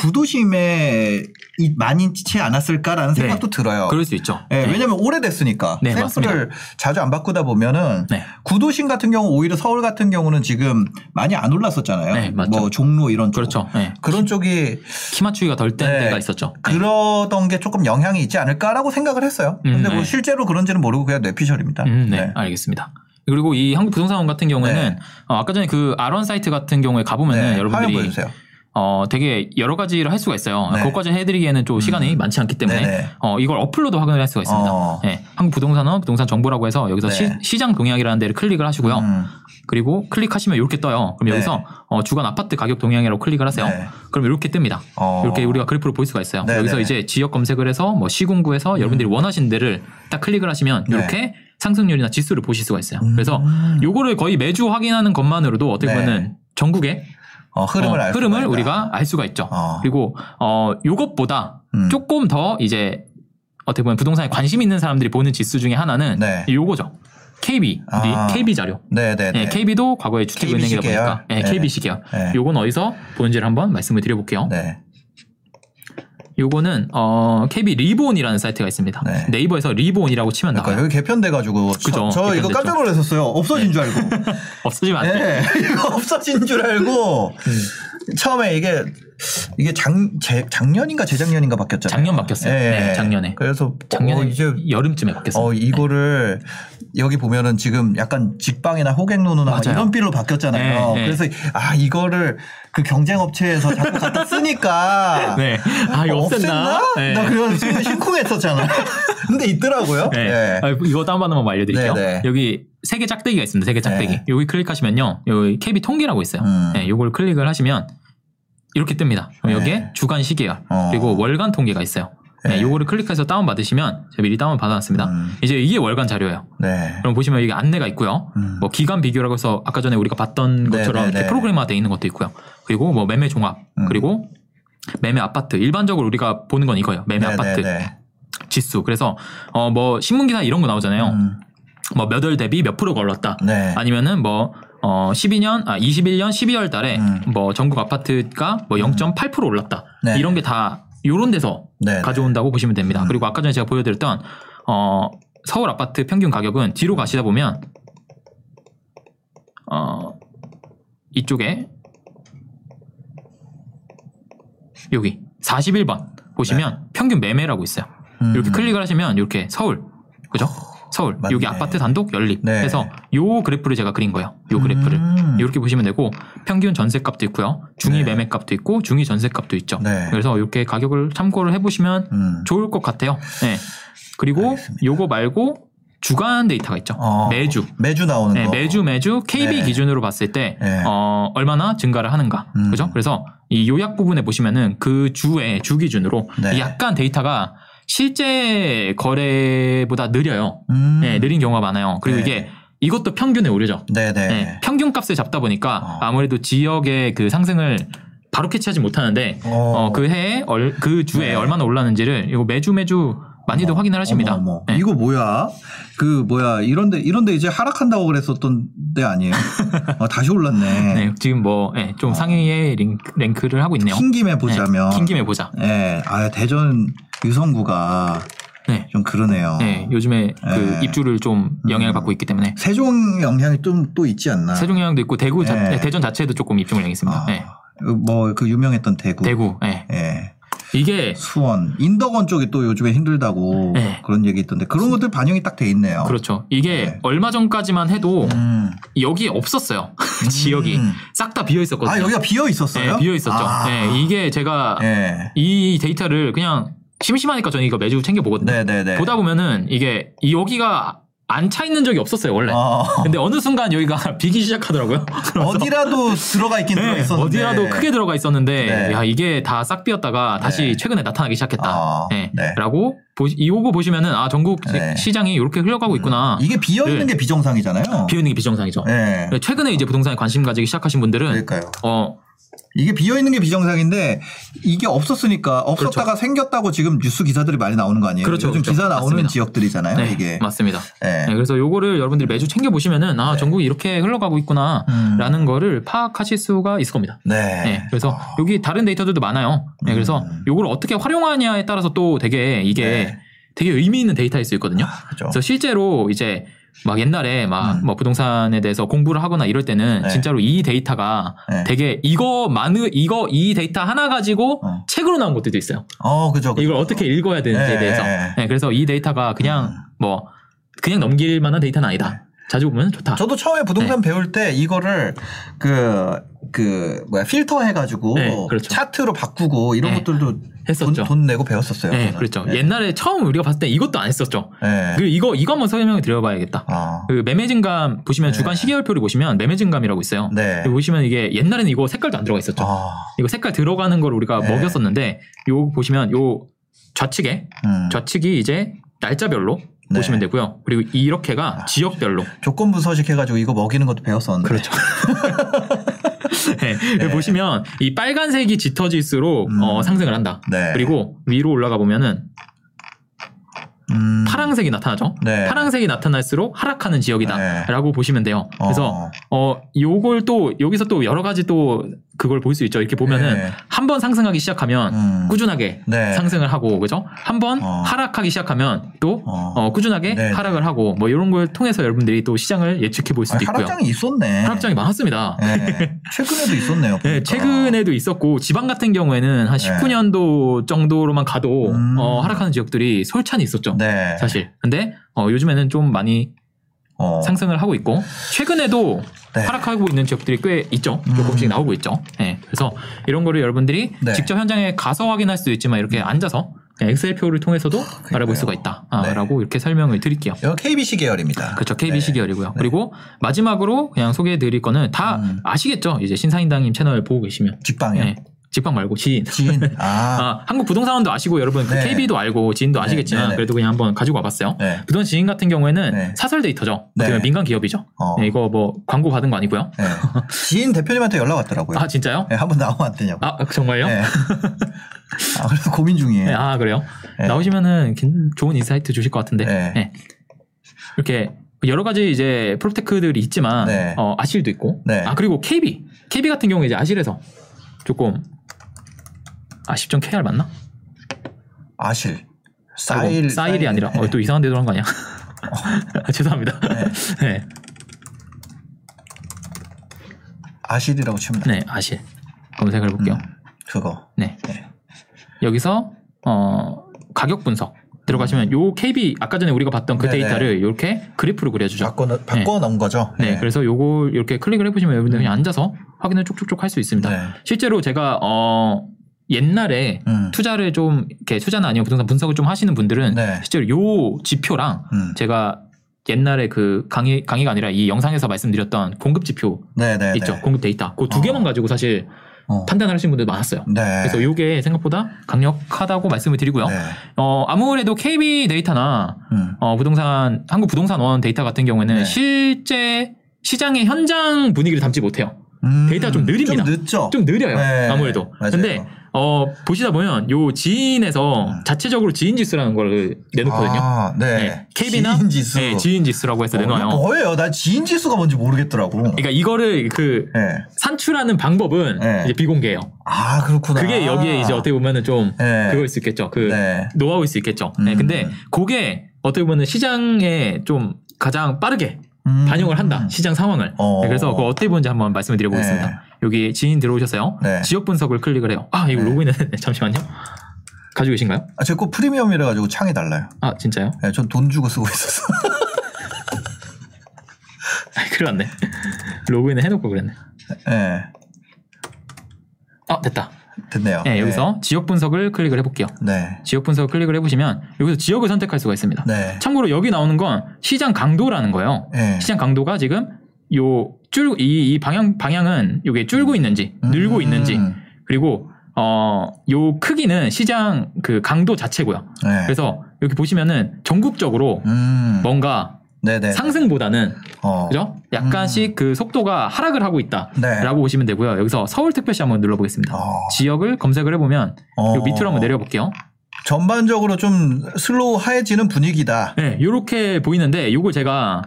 구도심에 이- 많이 치지 않았을까라는 네. 생각도 들어요. 그럴 수 있죠. 예, 네. 왜냐면 오래됐으니까 네, 샘플을 자주 안 바꾸다 보면은 네. 구도심 같은 경우 오히려 서울 같은 경우는 지금 많이 안 올랐었잖아요. 네, 맞죠. 뭐 종로 이런 쪽. 그렇죠. 네. 그런 쪽이 키 맞추기가 덜 된 네. 때가 있었죠. 네. 그러던 게 조금 영향이 있지 않을까라고 생각을 했어요. 음, 근데 뭐 네. 실제로 그런지는 모르고 그냥 뇌피셜입니다. 음, 네, 알겠습니다. 그리고 이 한국 부동산원 같은 경우에는 어, 아까 전에 그 R1 사이트 같은 경우에 가보면은 네, 화면 여러분들이 보여주세요. 어, 되게 여러 가지를 할 수가 있어요. 네. 음. 그것까지 해드리기에는 좀 시간이 많지 않기 때문에 네네. 어, 이걸 어플로도 확인을 할 수가 있습니다. 어. 네, 한국 부동산원 부동산 정보라고 해서 여기서 네. 시, 장 동향이라는 데를 클릭을 하시고요. 음, 그리고 클릭하시면 이렇게 떠요. 그럼 네. 여기서 어, 주간 아파트 가격 동향이라고 클릭을 하세요. 네. 그럼 이렇게 뜹니다. 어. 이렇게 우리가 그래프를 볼 수가 있어요. 네, 여기서 네. 이제 지역 검색을 해서 뭐 시군구에서 여러분들이 원하신 데를 딱 클릭을 하시면 네. 이렇게 상승률이나 지수를 보실 수가 있어요. 그래서 음. 요거를 거의 매주 확인하는 것만으로도 어떻게 네. 보면은 전국의 어, 흐름을 어, 알 흐름을 수가 있다. 우리가 알 수가 있죠. 어. 그리고 어 요것보다 음. 조금 더 이제 어떻게 보면 부동산에 관심 있는 사람들이 보는 지수 중에 하나는 네. 요거죠. KB, 아. KB 자료. 네네. 네, KB도 과거에 KB 주택은행이다 계열? 보니까 네, 네. KB 시계요. 네. 요건 어디서 보는지를 한번 말씀을 드려볼게요. 네. 요거는 어, KB 리본이라는 사이트가 있습니다. 네. 네. 이버에서 리본이라고 치면 그러니까 나와요. 여기 개편돼가지고 그죠, 저, 저 이거 개편됐죠. 네. 아, 깜짝 놀랐었어요. 없어진 줄 알고. 없어지면 안 네, 돼. 이거 없어진 줄 알고 처음에 이게 이게 장 재, 작년인가 재작년인가 바뀌었잖아요. 작년 바뀌었어요. 예, 네, 예. 작년에. 그래서 작년에 어, 이제 여름쯤에 바뀌었어요. 어 이거를 여기 보면은 지금 약간 직방이나 호갱노노나 막 맞아요. 이런 삐로 바뀌었잖아요. 네, 네. 그래서 아 이거를 그 경쟁 업체에서 자꾸 갖다 쓰니까 네. 아, 이거 어, 없앴나? 네. 나 그래서 순간 심쿵했었잖아. 근데 있더라고요. 네. 예. 아, 이거 다운받는만 알려드릴게요. 네, 네. 여기 세 개 짝대기가 있습니다. 세 개 짝대기. 네. 여기 클릭하시면요. 여기 KB 통계라고 있어요. 음. 네, 요걸 클릭을 하시면 이렇게 뜹니다. 네. 그럼 여기에 주간 시계열 어. 그리고 월간 통계가 있어요. 네, 네. 요거를 클릭해서 다운 받으시면 제가 미리 다운 받아놨습니다. 음. 이제 이게 월간 자료예요. 네. 그럼 보시면 여기 안내가 있고요. 음. 뭐 기간 비교라고 해서 아까 전에 우리가 봤던 네, 것처럼 네, 이렇게 네. 프로그램화 되어 있는 것도 있고요. 그리고 뭐 매매 종합 음. 그리고 매매 아파트 일반적으로 우리가 보는 건 이거예요. 매매 네, 아파트 네, 네. 지수. 그래서 어 뭐 신문 기사 이런 거 나오잖아요. 음. 뭐 몇 월 대비 몇 프로가 올랐다. 네. 아니면은 뭐 어, 12년 아 21년 12월 달에 음. 뭐 전국 아파트가 뭐 0.8% 올랐다. 네. 이런 게 다 요런 데서 네, 네. 가져온다고 보시면 됩니다. 음. 그리고 아까 전에 제가 보여드렸던 어, 서울 아파트 평균 가격은 뒤로 가시다 보면 어, 이쪽에 여기 41번 보시면 네. 평균 매매라고 있어요. 음. 이렇게 어, 클릭을 하시면 이렇게 서울 그죠? 서울 맞네. 여기 아파트 단독 연립 네. 해서 요 그래프를 제가 그린 거예요. 요 그래프를 음. 이렇게 보시면 되고 평균 전세값도 있고요, 중위 네. 매매값도 있고 중위 전세값도 있죠. 네. 그래서 이렇게 가격을 참고를 해보시면 음. 좋을 것 같아요. 네. 그리고 알겠습니다. 요거 말고 주간 데이터가 있죠. 어, 매주. 매주 나오는 네, 거. 매주 매주 KB 네. 기준으로 봤을 때 네. 어, 얼마나 증가를 하는가. 음. 그죠? 그래서 이 요약 부분에 보시면은 그 주에 주 기준으로 네. 약간 데이터가 실제 거래보다 느려요. 음. 네, 느린 경우가 많아요. 그리고 네. 이게 이것도 평균의 오류죠. 네, 네. 네, 평균 값을 잡다 보니까 어. 아무래도 지역의 그 상승을 바로 캐치하지 못하는데 어, 어, 그 해에 얼- 그 주에 네. 얼마나 올랐는지를 이거 매주 매주 많이들 어머, 확인을 하십니다. 어머, 어머. 네. 이거 뭐야? 그 뭐야? 이런데 이런데 이제 하락한다고 그랬었던 데 아니에요? 아, 다시 올랐네. 네, 지금 뭐, 예, 좀 어. 상위의 랭, 크를 하고 있네요. 킹 김에 네, 보자면 긴 김에 보자. 예, 아 대전 유성구가 네. 좀 그러네요. 네, 요즘에 그 아. 네. 입주를 좀 영향을 음. 받고 있기 때문에. 세종 영향이 좀 또 있지 않나? 세종 영향도 있고 대구 자, 네. 네, 대전 자체에도 조금 입주 영향이 있습니다. 아, 네. 뭐그 유명했던 대구. 대구. 예. 예. 이게 수원, 인덕원 쪽이 또 요즘에 힘들다고 네. 그런 얘기 있던데 그런 것들 반영이 딱 돼 있네요. 그렇죠. 이게 아. 네. 얼마 전까지만 해도 음. 여기 없었어요. 지역이 음. 싹 다 비어 있었거든요. 네, 아 여기가 비어 있었어요? 비어 있었죠. 네, 아. 이게 제가 예. 이 데이터를 그냥 심심하니까 저는 이거 매주 챙겨 보거든요. 네네네. 보다 보면은 이게 이 여기가 안 차 있는 적이 없었어요 원래. 어, 근데 어느 순간 여기가 비기 시작하더라고요. 네. 그래서 어디라도 들어가 있긴 들어가 네, 있었는데 어디라도 크게 들어가 있었는데 네. 야 이게 다 싹 비었다가 다시 네. 최근에 나타나기 시작했다. 아, 네. 네. 라고 보- 이 요거 보시면은 아 전국 시- 네. 시장이 이렇게 흘러가고 있구나. 이게 비어 있는 네. 게 비정상이잖아요. 비우는 그렇죠. 게 비정상이죠. 예. 최근에 이제 부동산에 관심 가지기 시작하신 분들은 그러니까요. 어 이게 비어 있는 게 비정상인데 이게 없었으니까 없었다가 생겼다고 지금 뉴스 기사들이 많이 나오는 거 아니에요? 그렇죠, 요즘 그렇죠. 기사 나오는 맞습니다. 지역들이잖아요. 네, 이게. 맞습니다. 예. 네, 그래서 요거를 여러분들이 매주 챙겨 보시면은 아 전국이 이렇게 흘러가고 네. 음. 있구나라는 거를 파악하실 수가 있을 겁니다. 네. 네, 그래서 여기 다른 데이터들도 많아요. 네, 그래서 음. 요걸 어떻게 활용하냐에 따라서 또 되게 이게 네. 되게 의미 있는 데이터일 수 있거든요. 그죠. 그래서 실제로 이제 막 옛날에 막 어. 음. 뭐 부동산에 대해서 공부를 하거나 이럴 때는 네. 진짜로 이 데이터가 네. 되게 이거 많은 이거 이 데이터 하나 가지고 어. 책으로 나온 것들도 있어요. 어, 그죠. 그죠. 이걸 어떻게 읽어야 되는지에 네, 대해서. 네. 네, 그래서 이 데이터가 그냥 음. 네. 뭐 그냥 넘길 만한 데이터는 아니다. 자주 보면 좋다. 저도 처음에 부동산 네. 배울 때 이거를 그, 그, 뭐야, 필터 해가지고 네, 그렇죠. 차트로 바꾸고 이런 네. 것들도 돈, 했었죠. 돈 내고 배웠었어요. 네, 저는. 그렇죠. 네. 옛날에 처음 우리가 봤을 때 이것도 안 했었죠. 네. 그리고 이거 이거 한번 설명을 드려봐야겠다. 아, 그 매매 증감 보시면 네. 주간 시계열표를 보시면 매매 증감이라고 있어요. 네. 여기 보시면 이게 옛날에는 이거 색깔도 안 들어가 있었죠. 아, 이거 색깔 들어가는 걸 우리가 네. 먹였었는데 요 보시면 요 좌측에 음. 좌측이 이제 날짜별로 네. 아. 보시면 되고요. 그리고 이렇게가 지역별로 조건부 서식 해가지고 이거 먹이는 것도 배웠었는데. 그렇죠. 네. 여기 보시면 이 빨간색이 짙어질수록 음. 어, 상승을 한다. 네. 그리고 위로 올라가 보면은 음. 파란색이 나타나죠. 네. 파란색이 나타날수록 하락하는 지역이다라고 보시면 돼요. 그래서 어. 어 요걸 또 여기서 또 여러 가지 또 그걸 볼 수 있죠. 이렇게 보면은 네. 한 번 상승하기 시작하면 음. 꾸준하게 네. 상승을 하고 그죠? 한 번 어. 하락하기 시작하면 또 어. 어, 꾸준하게 네. 하락을 하고 뭐 이런 걸 통해서 여러분들이 또 시장을 예측해 볼 수도 아니, 있고요. 하락장이 있었네. 하락장이 많았습니다. 네. 최근에도 있었네요. 네, 보니까. 최근에도 있었고 지방 같은 경우에는 한 네. 19년도 정도로만 가도 음. 어, 하락하는 지역들이 솔찬히 있었죠. 네. 사실. 근데 어, 요즘에는 좀 많이 어. 상승을 하고 있고 최근에도 네. 하락하고 있는 지역들이 꽤 있죠. 음. 조금씩 나오고 있죠. 네, 그래서 이런 거를 여러분들이 네. 직접 현장에 가서 확인할 수도 있지만 이렇게 앉아서 엑셀 표를 통해서도 알아볼 수가 네. 있다라고 이렇게 설명을 드릴게요. 이건 KBC 계열입니다. 그렇죠. KBC 네. 계열이고요. 그리고 마지막으로 그냥 소개해 드릴 거는 다 음. 아시겠죠. 이제 신사임당님 채널 보고 계시면 직방이요. 네. 직방 말고 지인. 지인. 아. 아, 한국 부동산원도 아시고 여러분 그 네. KB도 알고 지인도 네, 아시겠지만 네, 네. 그래도 그냥 한번 가지고 와봤어요. 네. 부동산 지인 같은 경우에는 네. 사설 데이터죠. 네. 어떻게 보면 민간 기업이죠. 어. 네, 이거 뭐 광고 받은 거 아니고요. 네. 지인 대표님한테 연락 왔더라고요. 아 진짜요? 네, 한번 나오면 안 되냐고. 아 정말요? 네. 아, 그래서 고민 중이에요. 네, 아 그래요? 네. 나오시면은 괜- 좋은 인사이트 주실 것 같은데. 네. 네. 이렇게 여러 가지 이제 프로테크들이 있지만 네. 어, 아실도 있고. 네. 아 그리고 KB KB 같은 경우 에 이제 아실에서 조금 아쉽점 KR 맞나? 아실. 아이고, 사일. 사일이 아니라 네. 어, 또 이상한 데도 한 거 아니야? 아, 죄송합니다. 네. 네. 아실이라고 치면 돼. 네, 아실 검색을 해볼게요. 음. 그거. 네. 네. 여기서 어, 가격 분석 들어가시면 요 KB 아까 전에 우리가 봤던 그 음. 네네. 아, 데이터를 이렇게 그래프로 그려주죠. 바꿔 바꿔 넣은 거죠. 네, 그래서 요거 이렇게 클릭을 해보시면 여러분들 그냥 앉아서 확인을 쭉쭉쭉 할 수 있습니다. 네. 실제로 제가 어, 옛날에 음. 투자를 좀 이렇게 투자는 아니고 부동산 분석을 좀 하시는 분들은 네. 실제로 요 지표랑 음. 제가 옛날에 그 강의 강의가 아니라 이 영상에서 말씀드렸던 공급 지표 네, 네, 있죠 네. 공급 데이터 그 두 어. 개만 가지고 사실 어. 판단을 하시는 분들 많았어요. 네. 그래서 요게 생각보다 강력하다고 말씀을 드리고요. 네. 어, 아무래도 KB 데이터나 음. 어, 부동산 한국 부동산원 데이터 같은 경우에는 네. 실제 시장의 현장 분위기를 담지 못해요. 데이터가 좀 느립니다. 음. 좀 늦죠. 좀 느려요. 네. 아무래도. 맞아요. 근데 어, 보시다 보면 요 지인에서 음. 자체적으로 지인 지수라는 걸 내놓거든요. 아, 네. 네. KB나 지인 지수. 네, 지인 지수라고 해서 내놓아요. 어, 뭐예요? 나 지인 지수가 뭔지 모르겠더라고. 그러니까 이거를 그 네. 산출하는 방법은 네. 이제 비공개예요. 아, 그렇구나. 그게 여기에 이제 어떻게 보면은 좀 네. 그거일 수 있겠죠. 그 네. 노하우일 수 있겠죠. 네, 음. 근데 그게 어떻게 보면 시장에 좀 가장 빠르게 음. 반영을 한다. 시장 상황을. 어. 네, 그래서 그거 어떻게 보는지 한번 말씀을 드려보겠습니다. 네. 여기 지인 들어오셔서요. 네. 지역 분석을 클릭을 해요. 아, 이거 네. 로그인 했는데 잠시만요. 가지고 계신가요? 아, 제거 프리미엄이라 가지고 창이 달라요. 아, 진짜요? 네, 전 돈 주고 쓰고 있어서. 아, 큰일 났네. 로그인을 해놓고 그랬네. 네. 아, 됐다. 됐네요. 네, 여기서 지역 분석을 클릭을 해볼게요. 네. 지역 분석을 클릭을 해보시면 여기서 지역을 선택할 수가 있습니다. 네. 참고로 여기 나오는 건 시장 강도라는 거예요. 네. 시장 강도가 지금 요 줄 이 방향 방향은 요게 줄고 있는지 늘고 음. 있는지 그리고 어 요 크기는 시장 그 강도 자체고요. 네. 그래서 여기 보시면은 전국적으로 음. 뭔가 네네. 상승보다는 어. 음. 그죠? 약간씩 그 속도가 하락을 하고 있다라고 네. 보시면 되고요. 여기서 서울특별시 한번 눌러보겠습니다. 어. 지역을 검색을 해보면 어. 요 밑으로 한번 내려볼게요. 전반적으로 좀 슬로우해지는 분위기다. 네, 요렇게 보이는데 요걸 제가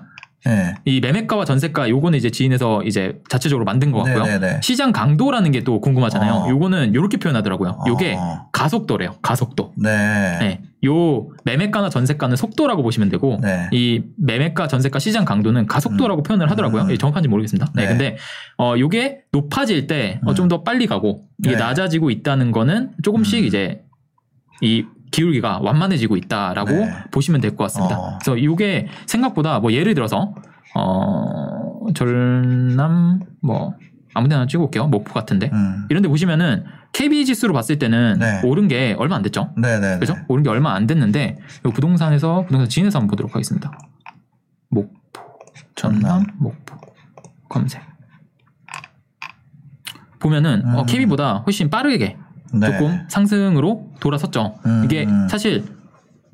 네. 이 매매가와 전세가 요거는 이제 지인에서 이제 자체적으로 만든 것 같고요. 네네네. 시장 강도라는 게 또 궁금하잖아요. 어. 요거는 요렇게 표현하더라고요. 요게 어. 가속도래요. 가속도. 네. 네. 요 매매가나 전세가는 속도라고 보시면 되고 네. 이 매매가 전세가 시장 강도는 가속도라고 표현을 하더라고요. 음. 이게 정확한지 모르겠습니다. 네. 네. 음. 근데 어 요게 높아질 때 어, 좀 더 빨리 가고 네. 이게 낮아지고 있다는 거는 조금씩 음. 이제 이 기울기가 완만해지고 있다라고 네. 보시면 될 것 같습니다. 어. 그래서 요게 생각보다 뭐 예를 들어서 어 전남 뭐 아무데나 찍어볼게요. 목포 같은데 음. 이런데 보시면은 KB 지수로 봤을 때는 네. 오른 게 얼마 안 됐죠. 네네네. 그죠? 오른 게 얼마 안 됐는데 요 부동산에서 부동산 지인에서 한번 보도록 하겠습니다. 목포 전남 전남. 목포 검색 보면은 어, 음. KB보다 훨씬 빠르게 네. 조금 상승으로 돌아섰죠. 음. 이게 사실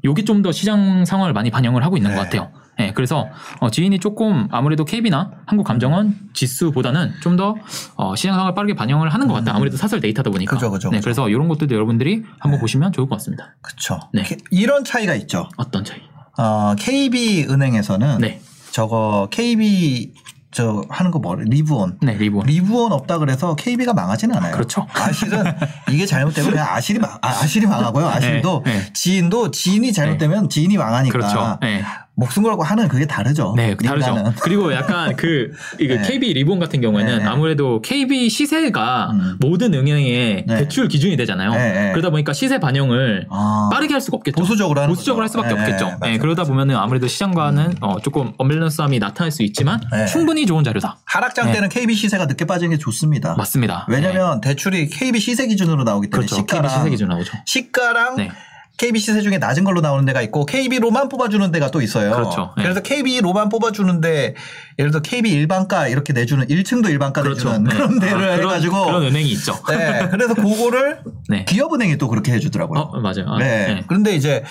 요게 좀 더 시장 상황을 많이 반영을 하고 있는 네. 것 같아요. 네, 그래서 어, 지인이 조금 아무래도 KB나 한국감정원 지수보다는 좀 더 어, 시장 상황을 빠르게 반영을 하는 것 같다. 아무래도 사설 데이터다 보니까. 음. 그죠, 그죠, 네, 그죠. 그래서 이런 것들도 여러분들이 한번 네. 보시면 좋을 것 같습니다. 그쵸. 네. 게- 이런 차이가 있죠. 어떤 차이? 어, KB 은행에서는 네, 저거 KB 저 하는 거 뭐래? 리브온. 네 리본. 리브온 없다 그래서 KB가 망하지는 않아요. 그렇죠. 아실은 이게 잘못되면 그냥 아실이 망, 아, 아실이 망하고요. 아실도 네, 네. 지인도 지인이 잘못되면 지인이 망하니까 그렇죠. 네. 목숨 걸고 하는 그게 다르죠. 네, 다르죠. 민간은. 그리고 약간 그 이거 네. KB 리본 같은 경우에는 네, 네. 아무래도 KB 시세가 음. 모든 은행의 네. 대출 기준이 되잖아요. 네, 네. 그러다 보니까 시세 반영을 아, 빠르게 할 수가 없겠죠. 보수적으로 하는 보수적으로 거죠. 할 수밖에 네, 없겠죠. 네, 네, 맞아요. 음. 그러다 보면은 아무래도 시장과는 어, 조금 언밸런스함이 나타날 수 있지만 네. 충분히 좋은 자료다. 하락장 네. 때는 KB 시세가 늦게 빠지는 게 좋습니다. 맞습니다. 네. 왜냐면 대출이 KB 시세 기준으로 나오기 때문에 그렇죠. KB 시가랑 시세 기준 나오죠. 시가랑 네. KB 시세 중에 낮은 걸로 나오는 데가 있고 KB로만 뽑아주는 데가 또 있어요. 그렇죠. 네. 그래서 KB로만 뽑아주는데 예를 들어 KB 일반가 이렇게 내주는 1층도 일반가 그렇죠. 내주는 그런 네. 데를 아, 그런, 해가지고 그런 은행이 있죠. 네, 그래서 그거를 네. 기업은행이 또 그렇게 해주더라고요. 어, 맞아요. 아, 네. 네. 그런데 이제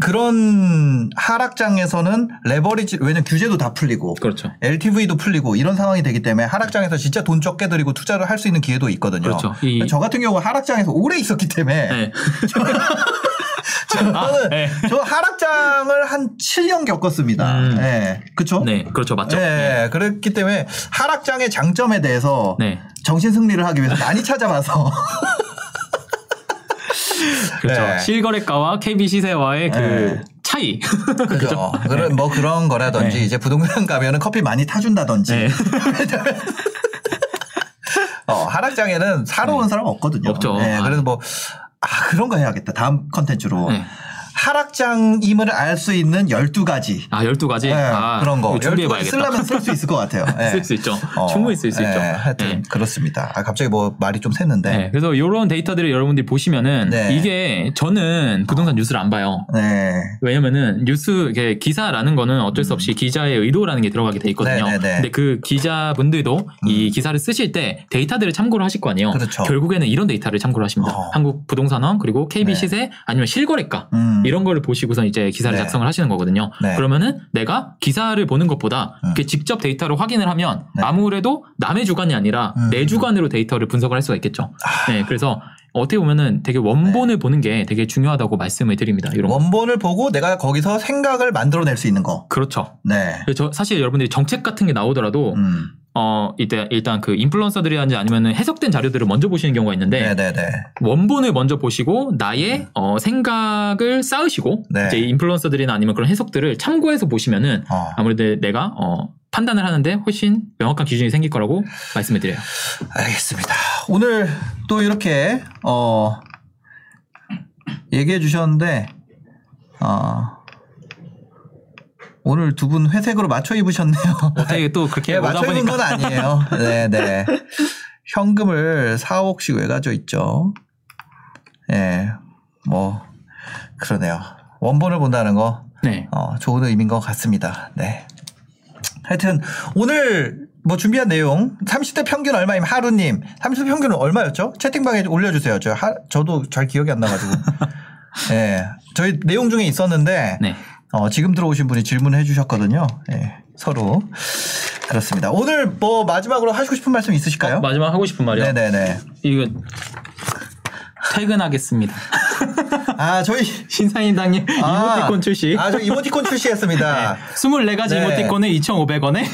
그런 하락장에서는 레버리지 왜냐면 규제도 다 풀리고 그렇죠. LTV도 풀리고 이런 상황이 되기 때문에 하락장에서 진짜 돈 적게 들이고 투자를 할 수 있는 기회도 있거든요. 그렇죠. 이- 저 같은 경우 하락장에서 오래 있었기 때문에 네. 저는 네. 저 하락장을 한 7년 겪었습니다. 음. 네. 그렇죠? 네, 그렇죠. 맞죠. 네. 그렇기 때문에 하락장의 장점에 대해서 네. 정신 승리를 하기 위해서 많이 찾아봐서 그렇죠. 네. 실거래가와 KB 시세와의 그 네. 차이. 그죠. 그런 뭐 그런 거라든지 그렇죠. 네. 이제 부동산 가면은 커피 많이 타준다든지. 네. 어, 하락장에는 사러 온 사람 없거든요. 네. 없죠. 네, 아. 그래서 뭐 아, 그런 거 해야겠다. 다음 컨텐츠로. 네. 하락장임을 알 수 있는 12가지. 아, 12가지? 네, 아, 그런 거. 이거 12가지 준비해봐야겠다. 쓰려면 쓸 수 있을 것 같아요. 네. 쓸 수 있죠. 어, 충분히 쓸 수 네, 있죠. 하여튼 네. 그렇습니다. 아, 갑자기 뭐 말이 좀 샜는데. 네, 네. 그래서 이런 데이터들을 여러분들이 보시면은 네. 이게 저는 부동산 뉴스를 안 봐요. 네. 왜냐면은 뉴스 이게 기사라는 거는 어쩔 수 없이 기자의 의도라는 게 들어가게 돼 있거든요. 음. 네, 음. 네, 네. 근데 그 기자분들도 이 기사를 쓰실 때 데이터들을 참고를 하실 거 아니에요. 그렇죠. 어, 결국에는 이런 데이터를 참고를 하십니다. 어. 한국 부동산원 그리고 네. KB 시세 아니면 실거래가 음. 이런 거를 보시고서 이제 기사를 네. 작성을 하시는 거거든요. 네. 그러면은 내가 기사를 보는 것보다 음. 이렇게 직접 데이터로 확인을 하면 네. 아무래도 남의 주관이 아니라 음. 아. 내 주관으로 데이터를 분석을 할 수가 있겠죠. 네, 그래서 어떻게 보면은 되게 원본을 네. 보는 게 되게 중요하다고 말씀을 드립니다. 이런 거. 원본을 보고 내가 거기서 생각을 만들어낼 수 있는 거. 그렇죠. 네. 그래서 저- 사실 여러분들이 정책 같은 게 나오더라도 음. 어 이때 일단 그 인플루언서들이라든지 아니면은 해석된 자료들을 먼저 보시는 경우가 있는데 네, 네, 네. 원본을 먼저 보시고 나의 어, 생각을 쌓으시고 네. 이제 인플루언서들이나 아니면 그런 해석들을 참고해서 보시면은 어. 아무래도 내가 어, 판단을 하는데 훨씬 명확한 기준이 생길 거라고 말씀을 드려요. 알겠습니다. 오늘 또 이렇게 어 얘기해 주셨는데 어 오늘 두 분 회색으로 맞춰 입으셨네요. 어떻게 또 그렇게 예, 오다 맞춰 입은 보니까 건 아니에요. 네, 네. 현금을 4억씩 왜 가져 있죠? 예. 뭐 그러네요. 원본을 본다는 거 네. 어, 좋은 의미인 것 같습니다. 네. 하여튼 오늘 뭐 준비한 내용 30대 평균 얼마임 하루님 30대 평균은 얼마였죠? 채팅방에 올려주세요. 저 하, 저도 잘 기억이 안 나가지고. 예, 저희 내용 중에 있었는데 네. 어, 지금 들어오신 분이 질문해 주셨거든요. 예, 서로 그렇습니다. 오늘 뭐 마지막으로 하시고 싶은 말씀 있으실까요? 마지막 하고 싶은 말이요. 네네네. 이거 퇴근하겠습니다. 아 저희 신사임당의 아, 이모티콘 출시. 아저 이모티콘 출시했습니다. 24가지 네. 이모티콘에 2,500원에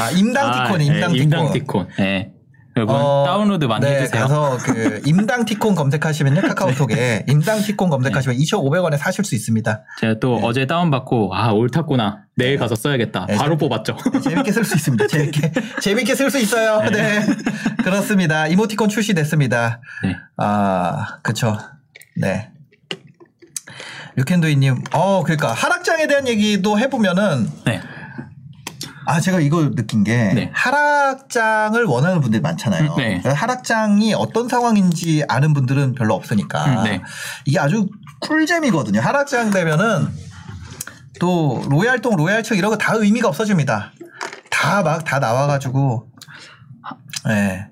아 임당티콘 임당티콘. 예, 임당티콘. 네. 여러분 어, 다운로드 많이 네, 해주세요. 가서 그 임당티콘 검색하시면요 네. 카카오톡에 임당티콘 검색하시면 2,500원에 사실 수 있습니다. 제가 또 어제 다운받고 아 옳았구나 내일 가서 써야겠다 네, 바로 뽑았죠. 재밌게 쓸 수 있습니다. 재밌게 네. 재밌게 쓸 수 있어요. 네. 그렇습니다. 이모티콘 출시됐습니다. 네. 아 그쵸. 네. 류켄도이님, 어 그러니까 하락장에 대한 얘기도 해보면은 네. 아 제가 이걸 느낀 게 네. 하락장을 원하는 분들이 많잖아요. 음, 네. 그러니까 하락장이 어떤 상황인지 아는 분들은 별로 없으니까 음, 네. 이게 아주 꿀잼이거든요. 하락장 되면은 또 로얄동 로얄청 이런 거 다 의미가 없어집니다. 다 막 다 나와가지고 예.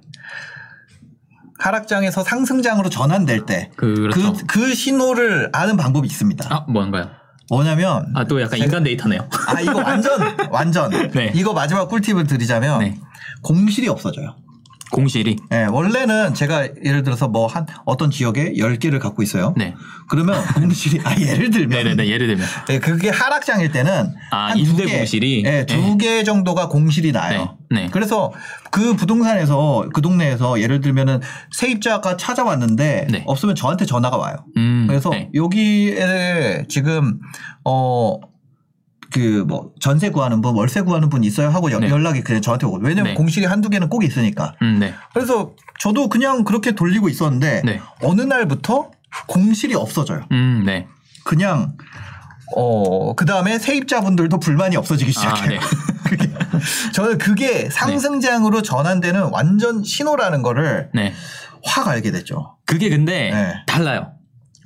하락장에서 상승장으로 전환될 때 그 그 그렇죠. 신호를 아는 방법이 있습니다. 아 뭔가요? 뭐냐면 아 또 약간 인간 데이터네요. 아 이거 완전 완전 네. 이거 마지막 꿀팁을 드리자면 네. 공실이 없어져요. 공실이. 예, 원래는 제가 예를 들어서 뭐 한 어떤 지역에 10개를 갖고 있어요. 네. 그러면 공실이 아 예를 들면 네네네 예를 들면 네, 그게 하락장일 때는 아, 한두 임대 개, 공실이? 네, 네. 두개 정도가 공실이 나요. 네, 네. 그래서 그 부동산에서 그 동네에서 예를 들면은 세입자가 찾아왔는데 네. 없으면 저한테 전화가 와요. 음, 그래서 네. 여기에 지금 어 그 뭐 전세 구하는 분, 월세 구하는 분 있어요 하고 여- 네. 연락이 그냥 저한테 오고 왜냐면 네. 공실이 한두 개는 꼭 있으니까. 음, 네. 그래서 저도 그냥 그렇게 돌리고 있었는데 네. 어느 날부터 공실이 없어져요. 음, 네. 그냥 어 그다음에 세입자분들도 불만이 없어지기 아, 시작해요. 네. 그게 저는 그게 상승장으로 전환되는 완전 신호라는 거를 네. 확 알게 됐죠. 그게 근데 네. 달라요.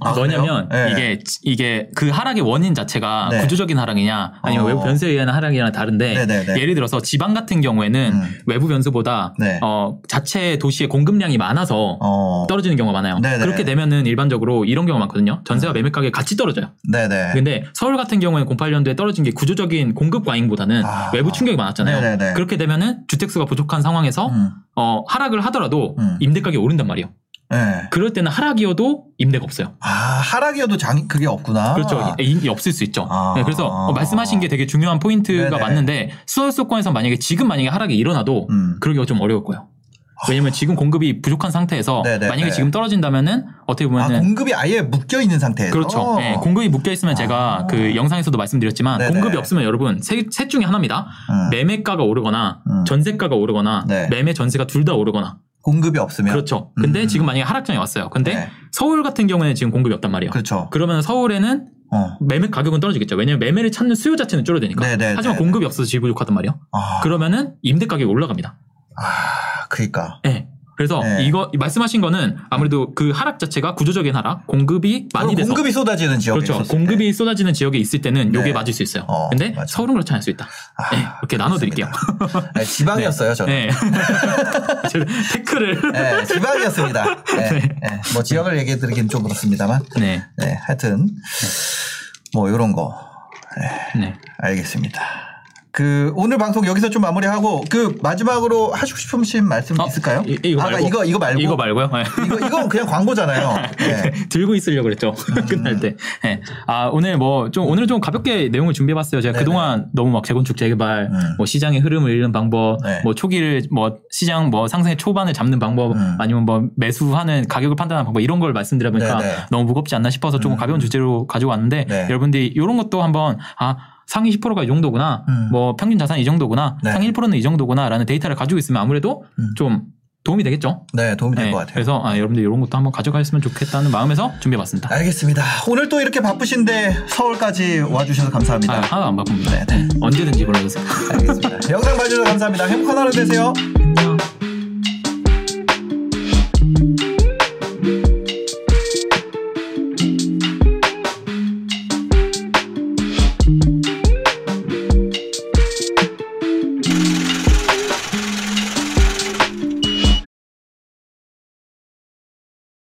아, 뭐냐면 그래요? 네. 이게 이게 그 하락의 원인 자체가 네. 구조적인 하락이냐 아니면 어. 외부 변수에 의한 하락이랑 다른데 네네네. 예를 들어서 지방 같은 경우에는 음. 외부 변수보다 네. 어, 자체 도시의 공급량이 많아서 어, 떨어지는 경우가 많아요. 네네. 네. 그렇게 되면은 일반적으로 이런 경우가 많거든요. 전세와 매매 가격 같이 떨어져요. 네네. 근데 서울 같은 경우에는 08년도에 떨어진 게 구조적인 공급 과잉보다는 아. 외부 충격이 많았잖아요. 그렇죠? 네네네. 그렇게 되면은 주택 수가 부족한 상황에서 음, 어, 하락을 하더라도 음. 임대 가격이 오른단 말이에요. 네. 그럴 때는 하락이어도 임대가 없어요. 아 하락이어도 장 그게 없구나. 그렇죠. 이- 이 없을 수 있죠. 아. 네, 그래서 어, 말씀하신 게 되게 중요한 포인트가 네네. 맞는데 수월수권에서 만약에 지금 만약에 하락이 일어나도 음. 아. 그러기가 좀 어려울 거예요. 왜냐면 지금 공급이 부족한 상태에서 네네네. 만약에 지금 떨어진다면은 어떻게 아 보면은 공급이 아예 묶여 있는 상태에서. 어. 그렇죠. 예, 공급이 묶여 있으면 제가 아. 그 영상에서도 말씀드렸지만 네네. 공급이 없으면 여러분 셋, 셋 중에 하나입니다. 음, 매매가가 오르거나 음. 전세가가 오르거나 네. 매매 전세가 둘 다 오르거나 공급이 없으면. 그렇죠. 근데 음. 지금 만약에 하락장이 왔어요. 근데 네. 서울 같은 경우에는 지금 공급이 없단 말이에요. 그렇죠. 그러면 서울에는 어. 매매 가격은 떨어지겠죠. 왜냐면 매매를 찾는 수요 자체는 줄어드니까. 네네. 하지만 공급이 없어서 질이 부족하단 말이에요. 아, 그러면은 임대 가격이 올라갑니다. 아 그러니까. 예. 그래서 네. 이거 말씀하신 거는 아무래도 그 하락 자체가 구조적인 하락, 공급이 많이 돼서 공급이 쏟아지는 지역에 그렇죠. 있었을 때. 공급이 쏟아지는 지역에 있을 때는 네. 요게 맞을 수 있어요. 어, 근데 맞아요. 서울은 그렇지 않을 수 있다. 아, 네, 이렇게 나눠드릴게요. 그렇습니다. 네, 지방이었어요, 저는. 네. 제가 태클을. 네, 지방이었습니다. 네, 네. 뭐 지역을 얘기해 드리긴 좀 그렇습니다만. 네. 네, 하여튼 뭐 이런 거 네. 알겠습니다. 그 오늘 방송 여기서 좀 마무리하고 그 마지막으로 하시고 싶으신 말씀 어, 있을까요? 이- 이거 아까 그 말고. 이거 이거 말고 이거 말고요. 네. 이거 이건 그냥 광고잖아요. 네. 들고 있으려고 그랬죠. 음. 끝날 때. 네. 아, 오늘 뭐, 좀, 오늘은 좀 가볍게 내용을 준비해봤어요. 제가 네네. 그동안 너무 막 재건축, 재개발, 음. 뭐 시장의 흐름을 읽는 방법, 네. 뭐 초기를, 뭐 시장 뭐 상승의 초반을 잡는 방법, 음. 아니면 뭐 매수하는 가격을 판단하는 방법 이런 걸 말씀드려 보니까 네네. 너무 무겁지 않나 싶어서 음. 조금 가벼운 주제로 가지고 왔는데 네. 여러분들이 이런 것도 한번, 아, 상위 10%가 이 정도구나, 음. 뭐 평균 자산 이 정도구나, 네. 상위 1%는 이 정도구나 라는 데이터를 가지고 있으면 아무래도 음. 좀 도움이 되겠죠. 네, 도움이 될 네, 것 같아요. 그래서 아, 여러분들 이런 것도 한번 가져가셨으면 좋겠다는 마음에서 준비해봤습니다. 알겠습니다. 오늘 또 이렇게 바쁘신데 서울까지 와주셔서 아, 감사합니다. 하나도 안 네, 바쁩니다. 네. 언제든지 불러주세요. 알겠습니다. 영상 봐주셔서 감사합니다. 행복한 하루 되세요.